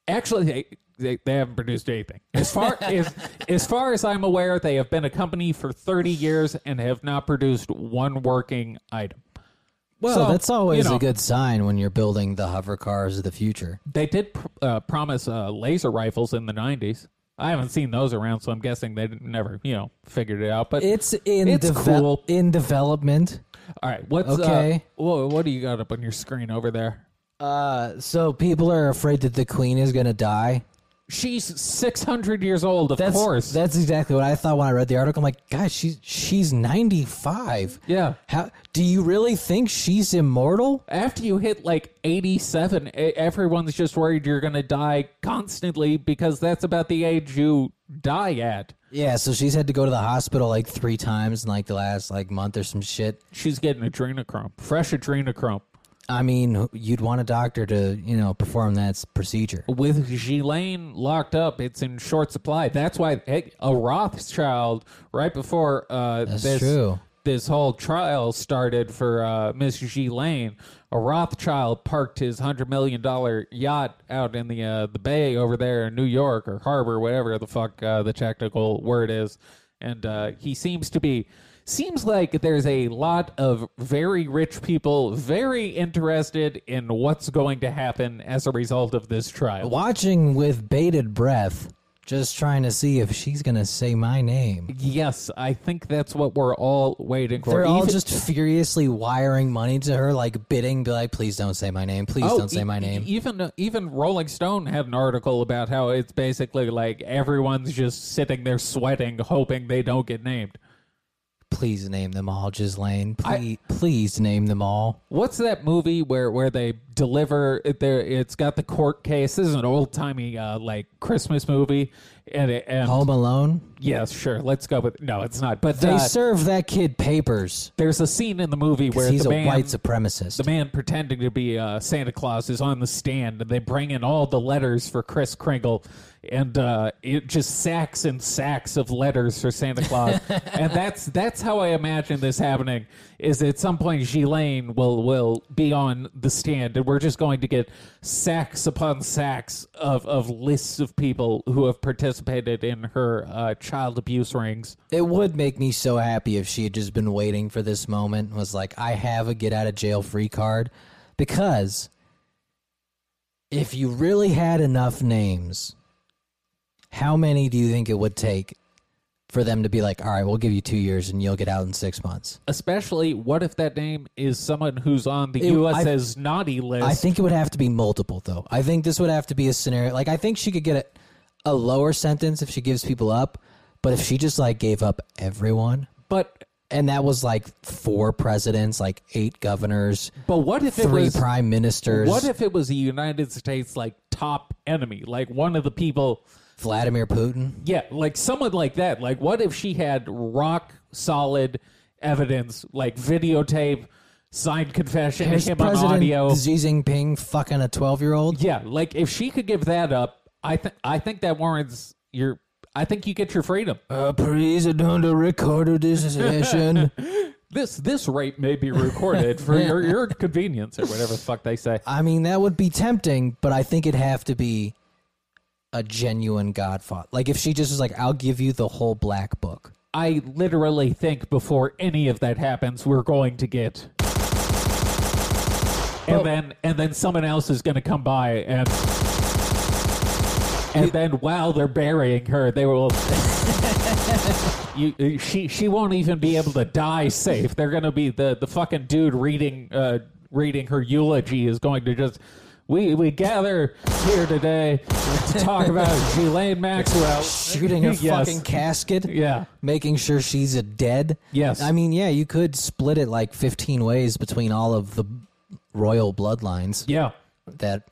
[SPEAKER 1] actually they they, they haven't produced anything as
[SPEAKER 2] *laughs*
[SPEAKER 1] far as as far as i'm aware they have been a company for 30 years and have not produced one working item
[SPEAKER 2] Well,
[SPEAKER 1] So,
[SPEAKER 2] that's always
[SPEAKER 1] you know,
[SPEAKER 2] a good sign when you're building the hover cars of the future.
[SPEAKER 1] They did pr- uh, promise uh, laser rifles in the '90s. I haven't seen those around, so I'm guessing they didn't- never, you know, figured it out. But
[SPEAKER 2] It's in
[SPEAKER 1] It's
[SPEAKER 2] deve-
[SPEAKER 1] cool.
[SPEAKER 2] in development.
[SPEAKER 1] all right, what's Uh,
[SPEAKER 2] Okay.
[SPEAKER 1] whoa, what do you got up on your screen over there?
[SPEAKER 2] Uh, so people are afraid that the queen is gonna die.
[SPEAKER 1] She's 600 years old. Of
[SPEAKER 2] That's,
[SPEAKER 1] course,
[SPEAKER 2] That's exactly what I thought when I read the article. I'm like, guys, she's she's 95.
[SPEAKER 1] Yeah.
[SPEAKER 2] How do you really think she's immortal?
[SPEAKER 1] after you hit like 87 e- everyone's just worried you're going to die constantly because that's about the age you die at
[SPEAKER 2] Yeah. So she's had to go to the hospital like three times in like the last like month or some shit.
[SPEAKER 1] she's getting adrenochrome fresh adrenochrome
[SPEAKER 2] I mean, you'd want a doctor to you know perform that s- procedure.
[SPEAKER 1] with Ghislaine locked up, it's in short supply. That's why hey, a Rothschild right before uh, this
[SPEAKER 2] true.
[SPEAKER 1] this whole trial started for uh, Miss Ghislaine, a Rothschild parked his hundred million dollar yacht out in the uh, the bay over there in New York or harbor, whatever the fuck uh, the technical word is, and uh, he seems to be. Seems like there's a lot of very rich people very interested in what's going to happen as a result of this trial.
[SPEAKER 2] Watching with bated breath, just trying to see if she's gonna say my name.
[SPEAKER 1] Yes, I think that's what we're all waiting for.
[SPEAKER 2] They're all
[SPEAKER 1] Even-
[SPEAKER 2] just furiously wiring money to her, like bidding, be like, please don't say my name, please
[SPEAKER 1] Oh,
[SPEAKER 2] don't say
[SPEAKER 1] e-
[SPEAKER 2] my
[SPEAKER 1] e-
[SPEAKER 2] name.
[SPEAKER 1] Even even Rolling Stone have an article about how it's basically like everyone's just sitting there sweating, hoping they don't get named.
[SPEAKER 2] please name them all, Ghislaine.
[SPEAKER 1] I-
[SPEAKER 2] Please, please name them all.
[SPEAKER 1] What's that movie where where they deliver it there? It's got the court case. This is an old timey uh, like Christmas movie, and it, and
[SPEAKER 2] Home Alone.
[SPEAKER 1] yes, sure, let's go with no, it's not. But
[SPEAKER 2] They
[SPEAKER 1] uh,
[SPEAKER 2] serve that kid papers.
[SPEAKER 1] there's a scene in the movie where
[SPEAKER 2] He's
[SPEAKER 1] the
[SPEAKER 2] a
[SPEAKER 1] man,
[SPEAKER 2] white supremacist.
[SPEAKER 1] the man pretending to be uh, Santa Claus is on the stand, and they bring in all the letters for Chris Kringle, and uh, it just sacks and sacks of letters for Santa
[SPEAKER 2] *laughs*
[SPEAKER 1] Claus, and that's that's how I imagine this happening. Is at some point Ghislaine will will be on the stand, and we're just going to get sacks upon sacks of of lists of people who have participated in her uh, child abuse rings.
[SPEAKER 2] it would make me so happy if she had just been waiting for this moment and was like, I have a get out of jail free card. Because if you really had enough names, how many do you think it would take for them to be like, all right, we'll give you two years and you'll get out in six months?
[SPEAKER 1] Especially, what if that name is someone who's on the
[SPEAKER 2] It- I-
[SPEAKER 1] US's naughty list?
[SPEAKER 2] I think it would have to be multiple, though. I think this would have to be a scenario. Like, I think she could get a, a lower sentence if she gives people up, but if she just like gave up everyone,
[SPEAKER 1] But
[SPEAKER 2] and that was like four presidents, like eight governors,
[SPEAKER 1] but what if it
[SPEAKER 2] three
[SPEAKER 1] was
[SPEAKER 2] prime ministers,
[SPEAKER 1] what if it was the United States like top enemy, like one of the people?
[SPEAKER 2] Vladimir Putin?
[SPEAKER 1] Yeah, like someone like that. Like what if she had rock solid evidence, like videotape, signed confession,
[SPEAKER 2] Here's
[SPEAKER 1] him on
[SPEAKER 2] President
[SPEAKER 1] audio.
[SPEAKER 2] Xi Jinping fucking a twelve-year-old.
[SPEAKER 1] yeah, like if she could give that up, I think I think that warrants your. I think you get your freedom.
[SPEAKER 2] Uh, please don't record this session.
[SPEAKER 1] This this rape may be recorded for your, your convenience or whatever the fuck they say.
[SPEAKER 2] *laughs* I mean, that would be tempting, but I think it'd have to be a genuine Godfather. Like if she just was like, "I'll give you the whole black book."
[SPEAKER 1] I literally think before any of that happens, we're going to get. And then, and then someone else is going to come by, and and then while they're burying her, they will. *laughs* you, you- she, she won't even be able to die safe. They're going to be the the fucking dude reading uh, reading her eulogy is going to just. We we gather here today to talk
[SPEAKER 2] *laughs*
[SPEAKER 1] about Ghislaine Maxwell
[SPEAKER 2] Shooting
[SPEAKER 1] *laughs*
[SPEAKER 2] her
[SPEAKER 1] Yes.
[SPEAKER 2] fucking casket.
[SPEAKER 1] Yeah.
[SPEAKER 2] Making sure she's a dead.
[SPEAKER 1] Yes.
[SPEAKER 2] I mean, yeah, you could split it like 15 ways between all of the royal bloodlines
[SPEAKER 1] Yeah.
[SPEAKER 2] that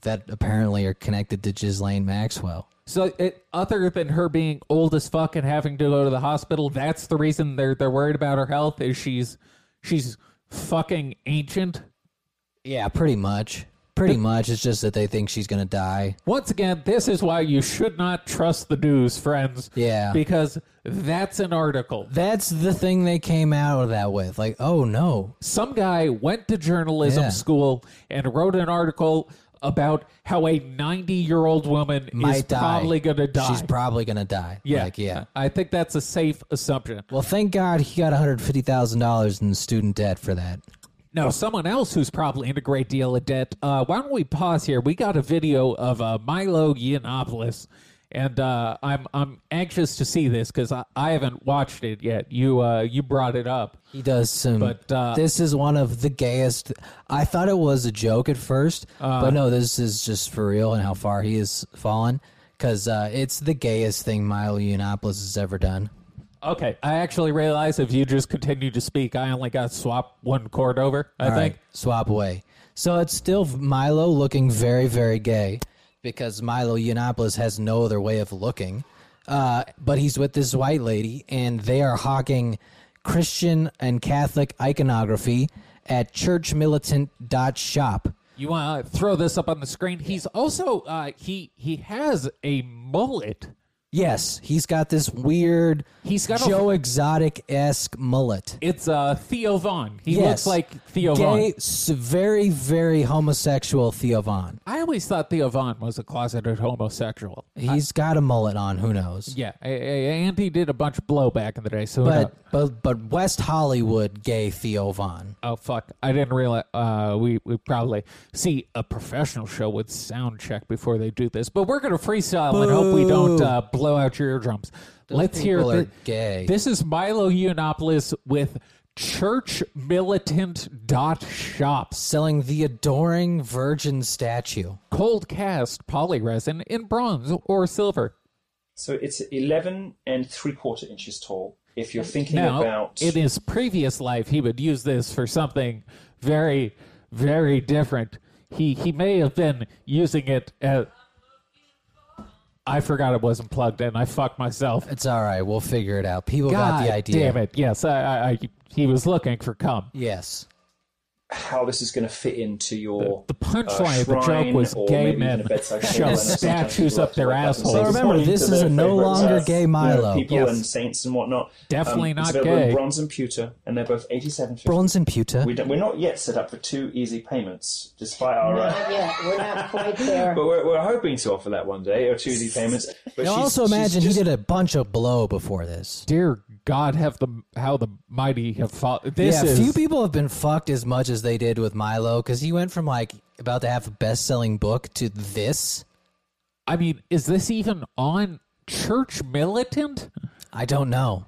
[SPEAKER 2] that apparently are connected to Ghislaine Maxwell.
[SPEAKER 1] So, it, other than her being old as fuck and having to go to the hospital, that's the reason they're they're worried about her health. Is she's she's fucking ancient.
[SPEAKER 2] Yeah, pretty much. Pretty much. It's just that they think she's going to die.
[SPEAKER 1] Once again, this is why you should not trust the news, friends.
[SPEAKER 2] Yeah.
[SPEAKER 1] because that's an article.
[SPEAKER 2] That's the thing they came out of that with. Like, oh no,
[SPEAKER 1] Some guy went to journalism
[SPEAKER 2] Yeah.
[SPEAKER 1] school and wrote an article about how a ninety-year-old woman
[SPEAKER 2] might
[SPEAKER 1] is
[SPEAKER 2] die.
[SPEAKER 1] probably going to die.
[SPEAKER 2] She's probably gonna die. Like, yeah.
[SPEAKER 1] I think that's a safe assumption.
[SPEAKER 2] Well, thank God he got one hundred fifty thousand dollars in student debt for that.
[SPEAKER 1] No, someone else who's probably in a great deal of debt. Uh, why don't we pause here? We got a video of uh, Milo Yiannopoulos, and uh, I'm I'm anxious to see this because I, I haven't watched it yet. You uh, you brought it up.
[SPEAKER 2] He does some.
[SPEAKER 1] But, uh,
[SPEAKER 2] this is one of the gayest. I thought it was a joke at first,
[SPEAKER 1] Uh-huh.
[SPEAKER 2] but no, this is just for real and how far he has fallen. Because uh, it's the gayest thing Milo Yiannopoulos has ever done.
[SPEAKER 1] Okay, I actually realize if you just continue to speak, I only got swap one chord over. I
[SPEAKER 2] All
[SPEAKER 1] think.
[SPEAKER 2] right, swap away. So it's still Milo looking very, very gay because Milo Yiannopoulos has no other way of looking. Uh, but he's with this white lady, and they are hawking Christian and Catholic iconography at churchmilitant.shop.
[SPEAKER 1] You want to throw this up on the screen? He's also uh, he he has a mullet.
[SPEAKER 2] Yes, he's got this weird,
[SPEAKER 1] He's got a-
[SPEAKER 2] Joe Exotic esque mullet.
[SPEAKER 1] It's uh, Theo Vaughn. He looks
[SPEAKER 2] Yes.
[SPEAKER 1] like Theo Vaughn.
[SPEAKER 2] Gay, s- very, very homosexual Theo Vaughn.
[SPEAKER 1] I always thought Theo Vaughn was a closeted homosexual.
[SPEAKER 2] He's got a mullet on. Who knows?
[SPEAKER 1] Yeah, a- a- and he did a bunch of blow back in the day. So,
[SPEAKER 2] but but but West Hollywood gay Theo Vaughn.
[SPEAKER 1] oh fuck, I didn't realize. Uh, we we probably see a professional show would sound check before they do this. But we're gonna freestyle and hope we don't uh, blow out your eardrums. Let's hear.
[SPEAKER 2] people are
[SPEAKER 1] thi-
[SPEAKER 2] gay.
[SPEAKER 1] This is Milo Yiannopoulos with Church Militant dot shops.
[SPEAKER 2] Selling the adoring virgin statue.
[SPEAKER 1] cold cast poly resin in bronze or silver.
[SPEAKER 5] So it's 11 and three quarter inches tall. If you're thinking
[SPEAKER 1] Now,
[SPEAKER 5] about
[SPEAKER 1] in his previous life, he would use this for something very, very different. He he may have been using it as. I forgot it wasn't plugged in. I fucked myself.
[SPEAKER 2] It's all right. We'll figure it out. People
[SPEAKER 1] God
[SPEAKER 2] got the idea.
[SPEAKER 1] damn it! Yes, I, I, I he was looking for cum.
[SPEAKER 2] Yes.
[SPEAKER 5] how this is going to fit into your
[SPEAKER 1] The
[SPEAKER 5] uh,
[SPEAKER 1] punchline of the joke
[SPEAKER 5] shrine
[SPEAKER 1] was
[SPEAKER 5] or
[SPEAKER 1] gay
[SPEAKER 5] maybe even
[SPEAKER 1] men
[SPEAKER 5] a bedside table,
[SPEAKER 1] shove
[SPEAKER 5] and sometimes
[SPEAKER 1] statues
[SPEAKER 5] people
[SPEAKER 1] up
[SPEAKER 5] like
[SPEAKER 1] their
[SPEAKER 5] to write that and
[SPEAKER 1] assholes.
[SPEAKER 5] say
[SPEAKER 2] So
[SPEAKER 5] it's
[SPEAKER 2] remember,
[SPEAKER 5] pointing
[SPEAKER 2] this
[SPEAKER 5] to
[SPEAKER 2] is
[SPEAKER 5] their
[SPEAKER 2] a no
[SPEAKER 5] favorite,
[SPEAKER 2] longer
[SPEAKER 5] uh,
[SPEAKER 2] gay
[SPEAKER 5] you know,
[SPEAKER 2] Milo.
[SPEAKER 5] people
[SPEAKER 1] Yes.
[SPEAKER 5] and saints and whatnot. Um,
[SPEAKER 1] Definitely
[SPEAKER 5] it's
[SPEAKER 1] not
[SPEAKER 5] available in
[SPEAKER 1] gay.
[SPEAKER 5] Bronze and pewter, and they're both eighty-seven fifty.
[SPEAKER 2] Bronze and pewter.
[SPEAKER 5] We don't, we're not yet set up for two easy payments, despite our. Uh,
[SPEAKER 6] Not yet. We're not quite there.
[SPEAKER 5] but we're, we're hoping to offer that one day, or two easy payments. But
[SPEAKER 2] Now
[SPEAKER 5] she's-
[SPEAKER 2] also
[SPEAKER 5] she's
[SPEAKER 2] imagine
[SPEAKER 5] just-
[SPEAKER 2] he did a bunch of blow before this.
[SPEAKER 1] Dear God, have the how the mighty have fought. This
[SPEAKER 2] yeah,
[SPEAKER 1] is
[SPEAKER 2] few people have been fucked as much as they did with Milo because he went from like about to have a best selling book to this.
[SPEAKER 1] I mean, is this even on Church Militant?
[SPEAKER 2] I don't know.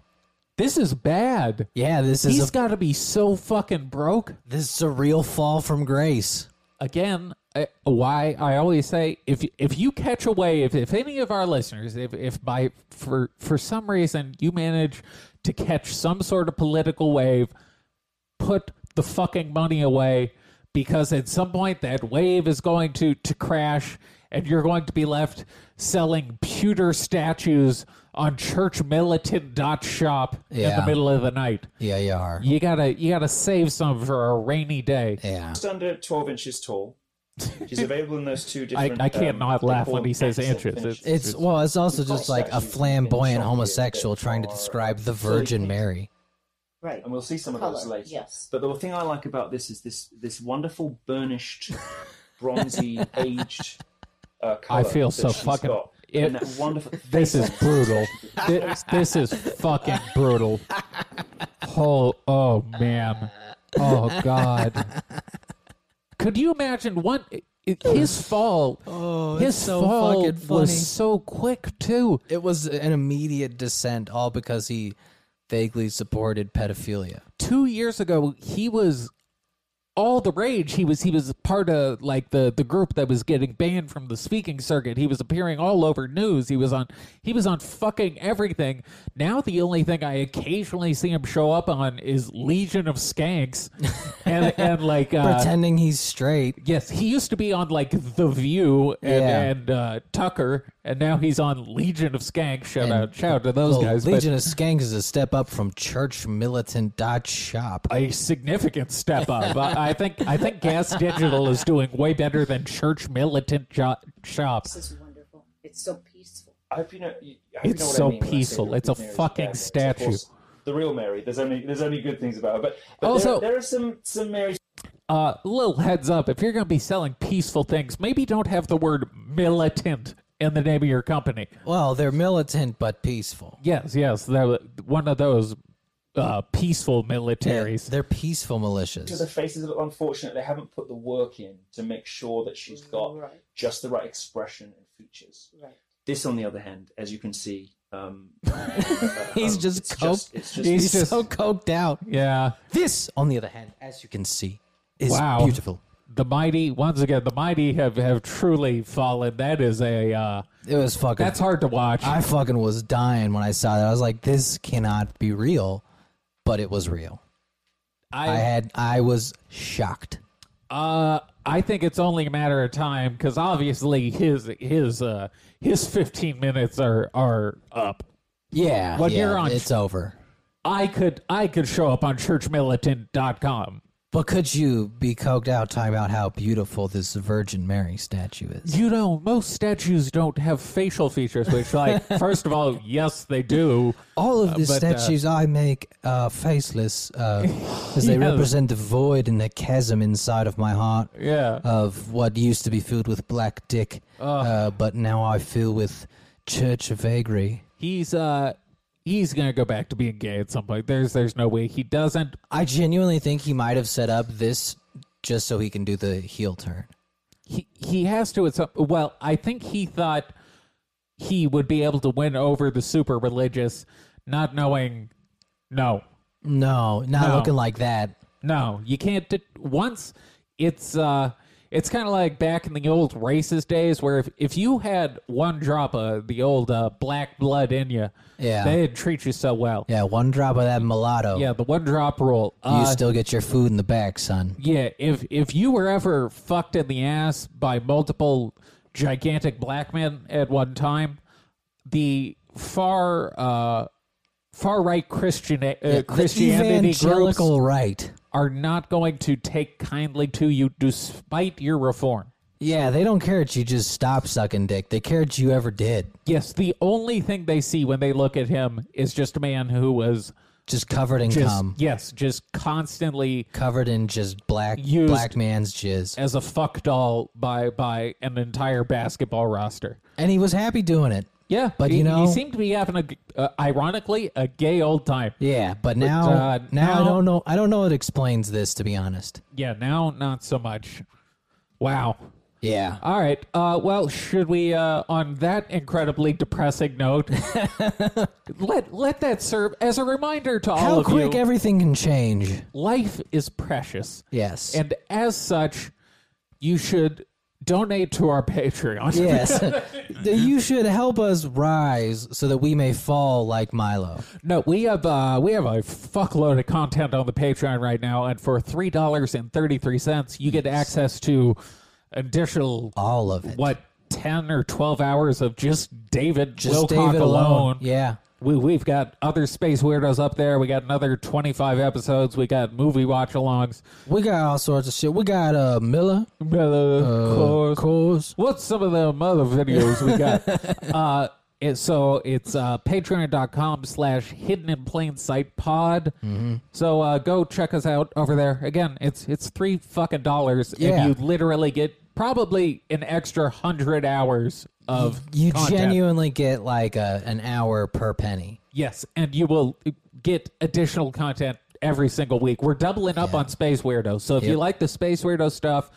[SPEAKER 1] This is bad.
[SPEAKER 2] Yeah, this is
[SPEAKER 1] He's
[SPEAKER 2] a,
[SPEAKER 1] got to be so fucking broke.
[SPEAKER 2] this is a real fall from grace.
[SPEAKER 1] Again, I, why I always say if if you catch a wave, if any of our listeners, if if by for for some reason you manage to catch some sort of political wave, put the fucking money away because at some point that wave is going to to crash and you're going to be left selling pewter statues on churchmilitant.shop in the
[SPEAKER 2] Yeah.
[SPEAKER 1] middle of the night.
[SPEAKER 2] Yeah, you are.
[SPEAKER 1] You gotta you gotta save some for a rainy day.
[SPEAKER 2] Yeah.
[SPEAKER 5] just under 12 inches tall.
[SPEAKER 1] *laughs*
[SPEAKER 5] She's available in those two
[SPEAKER 1] I,
[SPEAKER 5] different.
[SPEAKER 1] I can't
[SPEAKER 5] um,
[SPEAKER 1] not laugh when
[SPEAKER 5] important
[SPEAKER 1] he says
[SPEAKER 5] accent
[SPEAKER 1] inches.
[SPEAKER 5] finishes.
[SPEAKER 1] It's-
[SPEAKER 2] It's well, it's also
[SPEAKER 5] It's
[SPEAKER 2] just
[SPEAKER 5] called
[SPEAKER 2] like a
[SPEAKER 5] statues in
[SPEAKER 2] flamboyant
[SPEAKER 5] China
[SPEAKER 2] homosexual
[SPEAKER 5] that
[SPEAKER 2] trying to
[SPEAKER 5] are
[SPEAKER 2] describe the
[SPEAKER 5] fully
[SPEAKER 2] Virgin
[SPEAKER 5] painted.
[SPEAKER 2] Mary.
[SPEAKER 6] right.
[SPEAKER 5] and we'll see some of
[SPEAKER 6] Color,
[SPEAKER 5] those later.
[SPEAKER 6] Yes.
[SPEAKER 5] But the thing I like about this is this this wonderful burnished,
[SPEAKER 1] *laughs*
[SPEAKER 5] bronzy, aged. Uh, color
[SPEAKER 1] feel
[SPEAKER 5] that
[SPEAKER 1] so
[SPEAKER 5] she's
[SPEAKER 1] fucking-
[SPEAKER 5] Got.
[SPEAKER 1] it-
[SPEAKER 5] and that wonderful.
[SPEAKER 1] This is brutal. this, this is fucking brutal. Oh, oh man. Oh god. Could you imagine one? it- His fall. Oh, his
[SPEAKER 2] so
[SPEAKER 1] fall
[SPEAKER 2] fucking funny.
[SPEAKER 1] was so quick too.
[SPEAKER 2] It was an immediate descent, all because he vaguely supported pedophilia.
[SPEAKER 1] Two years ago, he was all the rage. He was he was part of like the the group that was getting banned from the speaking circuit. He was appearing all over news. He was on he was on fucking everything. Now the only thing I occasionally see him show up on is Legion of
[SPEAKER 2] *laughs*
[SPEAKER 1] Skanks, and and like uh,
[SPEAKER 2] Pretending he's straight.
[SPEAKER 1] Yes, he used to be on like The View and,
[SPEAKER 2] Yeah.
[SPEAKER 1] and uh, Tucker, and now he's on Legion of Skanks. Shout
[SPEAKER 2] And-
[SPEAKER 1] out, shout out to those
[SPEAKER 2] Well,
[SPEAKER 1] guys.
[SPEAKER 2] Legion of Skanks is a step up from Church Militant dot shop.
[SPEAKER 1] but a significant step up. I, I think I think Gas Digital is doing way better than Church Militant jo- Shop.
[SPEAKER 6] This is wonderful. It's so peaceful.
[SPEAKER 5] I hope you know. you- I hope you
[SPEAKER 1] It's
[SPEAKER 5] know what I
[SPEAKER 1] so
[SPEAKER 5] mean when I say
[SPEAKER 1] peaceful.
[SPEAKER 5] that
[SPEAKER 1] It's a
[SPEAKER 5] Mary is
[SPEAKER 1] fucking
[SPEAKER 5] bad. Of
[SPEAKER 1] statue.
[SPEAKER 5] course, The real Mary. There's only there's only good things about her. But, but
[SPEAKER 1] Also-
[SPEAKER 5] there, there are some some Marys
[SPEAKER 1] Uh, little heads up: if you're going to be selling peaceful things, maybe don't have the word militant in the name of your company.
[SPEAKER 2] Well, they're militant but peaceful.
[SPEAKER 1] Yes, yes, that, one of those uh, peaceful militaries.
[SPEAKER 2] They're peaceful
[SPEAKER 5] to the
[SPEAKER 2] militias.
[SPEAKER 5] faces of it, unfortunate, they haven't put the work in to make sure that she's got
[SPEAKER 6] Right.
[SPEAKER 5] just the right expression and features.
[SPEAKER 6] Right.
[SPEAKER 5] This, on the other hand, as you can see, *laughs* um,
[SPEAKER 2] He's
[SPEAKER 5] um,
[SPEAKER 2] just
[SPEAKER 5] it's
[SPEAKER 2] coked.
[SPEAKER 5] it's just
[SPEAKER 2] He's,
[SPEAKER 1] He's just-
[SPEAKER 2] so coked out.
[SPEAKER 1] yeah,
[SPEAKER 2] This, on the other hand, as you can see, is
[SPEAKER 1] Wow.
[SPEAKER 2] beautiful.
[SPEAKER 1] the mighty. Once again, the mighty have have truly fallen. That is a uh,
[SPEAKER 2] It was fucking.
[SPEAKER 1] that's hard to watch.
[SPEAKER 2] I fucking was dying when I saw that. I was like, this cannot be real, but it was real. I had. I was shocked.
[SPEAKER 1] Uh, I think it's only a matter of time because obviously his his uh his fifteen minutes are are up.
[SPEAKER 2] Yeah.
[SPEAKER 1] When
[SPEAKER 2] yeah,
[SPEAKER 1] you're on-
[SPEAKER 2] it's over.
[SPEAKER 1] I could I could show up on churchmilitant.com.
[SPEAKER 2] But could you be coked out talking about how beautiful this Virgin Mary statue is?
[SPEAKER 1] You know, most statues don't have facial features, which like first of all, yes they do.
[SPEAKER 2] All of the
[SPEAKER 1] but, uh,
[SPEAKER 2] statues I make are faceless,
[SPEAKER 1] *laughs*
[SPEAKER 2] uh, as they
[SPEAKER 1] Yeah.
[SPEAKER 2] represent the void and the chasm inside of my heart
[SPEAKER 1] Yeah.
[SPEAKER 2] of what used to be filled with black dick, uh, but now I fill with church vagary.
[SPEAKER 1] He's uh he's gonna go back to being gay at some point. There's there's no way he doesn't.
[SPEAKER 2] I genuinely think he might have set up this just so he can do the heel turn.
[SPEAKER 1] He he has to at some well, I think he thought he would be able to win over the super religious, not knowing no.
[SPEAKER 2] No, not
[SPEAKER 1] No.
[SPEAKER 2] looking like that.
[SPEAKER 1] No, you can't. d once it's uh, it's kind of like back in the old racist days, where if, if you had one drop of the old uh, black blood in you,
[SPEAKER 2] Yeah.
[SPEAKER 1] they'd treat you so well.
[SPEAKER 2] Yeah, one drop of that mulatto.
[SPEAKER 1] Yeah, the one drop rule.
[SPEAKER 2] You
[SPEAKER 1] Uh,
[SPEAKER 2] still get your food in the back, son.
[SPEAKER 1] yeah, if if you were ever fucked in the ass by multiple gigantic black men at one time, the far uh, far right Christian uh, Christianity
[SPEAKER 2] the
[SPEAKER 1] groups
[SPEAKER 2] evangelical right.
[SPEAKER 1] are not going to take kindly to you despite your reform.
[SPEAKER 2] Yeah, they don't care that you just stop sucking dick. They care that you ever did.
[SPEAKER 1] Yes, the only thing they see when they look at him is just a man who was
[SPEAKER 2] Just covered in
[SPEAKER 1] just
[SPEAKER 2] cum,
[SPEAKER 1] yes, just constantly
[SPEAKER 2] covered in just black
[SPEAKER 1] Used-
[SPEAKER 2] black man's jizz,
[SPEAKER 1] as a fuck doll by by an entire basketball roster.
[SPEAKER 2] and he was happy doing it.
[SPEAKER 1] Yeah,
[SPEAKER 2] But
[SPEAKER 1] he,
[SPEAKER 2] you know-
[SPEAKER 1] he seemed to be having a g- uh, ironically a gay old time.
[SPEAKER 2] Yeah, but now
[SPEAKER 1] uh,
[SPEAKER 2] now I
[SPEAKER 1] now-
[SPEAKER 2] don't know. I don't know what explains this, to be honest.
[SPEAKER 1] Yeah, now not so much. Wow.
[SPEAKER 2] Yeah,
[SPEAKER 1] All right. Uh, well, should we, uh, on that incredibly depressing note, *laughs* let let that serve as a reminder to all
[SPEAKER 2] how
[SPEAKER 1] of
[SPEAKER 2] quick
[SPEAKER 1] you.
[SPEAKER 2] everything can change.
[SPEAKER 1] life is precious.
[SPEAKER 2] Yes.
[SPEAKER 1] And as such, you should donate to our Patreon. *laughs*
[SPEAKER 2] Yes, *laughs* Th- you should help us rise so that we may fall like Milo.
[SPEAKER 1] no, we have uh, we have a fuckload of content on the Patreon right now, and for three dollars and thirty three cents, you get access to additional
[SPEAKER 2] All of it.
[SPEAKER 1] what ten or twelve hours of just David Wilcock
[SPEAKER 2] Just David
[SPEAKER 1] alone.
[SPEAKER 2] Yeah.
[SPEAKER 1] We, we've got other space weirdos up there. We got another 25 episodes. We got movie watch alongs.
[SPEAKER 2] We got all sorts of shit. We got uh Miller,
[SPEAKER 1] Of course.
[SPEAKER 2] course.
[SPEAKER 1] What's some of the other videos we got? uh, it, so it's uh, patreon.com slash hidden in plain sight pod. So uh, go check us out over there. Again, it's it's three fucking dollars,
[SPEAKER 2] Yeah.
[SPEAKER 1] and you literally get probably an extra hundred hours of
[SPEAKER 2] You
[SPEAKER 1] content.
[SPEAKER 2] genuinely get like a, an hour per penny.
[SPEAKER 1] Yes, and you will get additional content every single week. We're doubling up on Space Weirdo. So if you like the Space Weirdo stuff,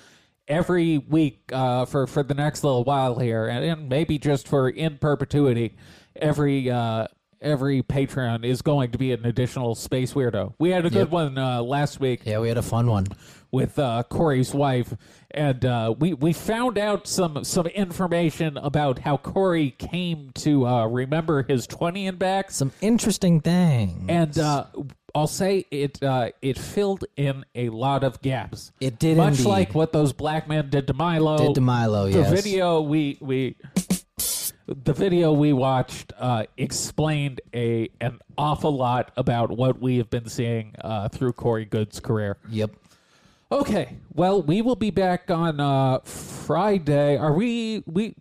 [SPEAKER 1] every week uh, for for the next little while here, and, and maybe just for in perpetuity, every. Uh, Every Patreon is going to be an additional space weirdo. We had a good one uh, last week
[SPEAKER 2] Yeah, we had a fun one.
[SPEAKER 1] with uh, Corey's wife, and uh, we we found out some some information about how Corey came to uh, remember his twenty and back.
[SPEAKER 2] Some interesting thing.
[SPEAKER 1] and uh, I'll say it uh, it filled in a lot of gaps.
[SPEAKER 2] It did
[SPEAKER 1] much
[SPEAKER 2] indeed.
[SPEAKER 1] like what those black men did to Milo.
[SPEAKER 2] Did to Milo,
[SPEAKER 1] the
[SPEAKER 2] yes.
[SPEAKER 1] video we we the video we watched uh, explained a an awful lot about what we have been seeing uh, through Corey Good's career.
[SPEAKER 2] Yep.
[SPEAKER 1] Okay, well we will be back on uh, Friday. Are we we?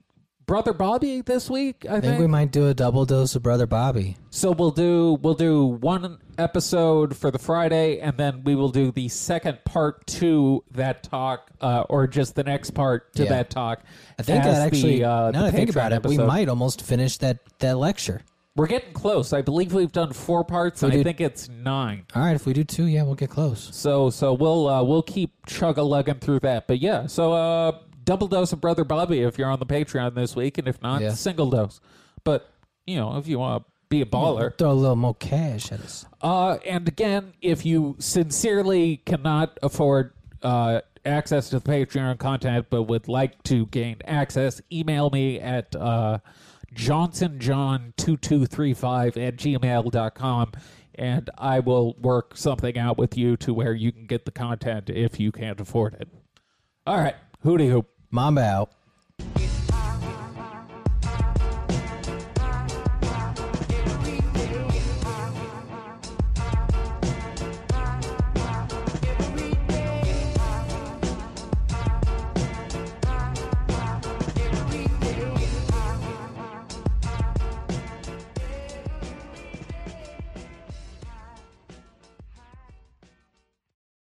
[SPEAKER 1] Brother Bobby this week, I think.
[SPEAKER 2] I think we might do a double dose of Brother Bobby.
[SPEAKER 1] So we'll do we'll do one episode for the Friday, and then we will do the second part to that talk, uh, or just the next part to
[SPEAKER 2] Yeah.
[SPEAKER 1] that talk.
[SPEAKER 2] I think
[SPEAKER 1] as
[SPEAKER 2] that
[SPEAKER 1] the,
[SPEAKER 2] actually
[SPEAKER 1] uh, the
[SPEAKER 2] now that I think
[SPEAKER 1] Patreon
[SPEAKER 2] about it, we
[SPEAKER 1] episode.
[SPEAKER 2] might almost finish that, that lecture.
[SPEAKER 1] We're getting close. I believe we've done four parts. and I
[SPEAKER 2] did-
[SPEAKER 1] think it's nine.
[SPEAKER 2] All right, if we do two, yeah, we'll get close.
[SPEAKER 1] So so we'll uh, we'll keep chug a lugging through that. But yeah, so uh, double dose of brother Bobby if you're on the Patreon this week, and if not,
[SPEAKER 2] Yeah.
[SPEAKER 1] single dose. But you know, if you want to be a baller,
[SPEAKER 2] Throw a little more cash at us.
[SPEAKER 1] Uh, and again, if you sincerely cannot afford uh, access to the Patreon content but would like to gain access, email me at uh, johnsonjohn2235 at gmail.com and I will work something out with you to where you can get the content if you can't afford it. All right. Hooty hoop.
[SPEAKER 2] Mamba out.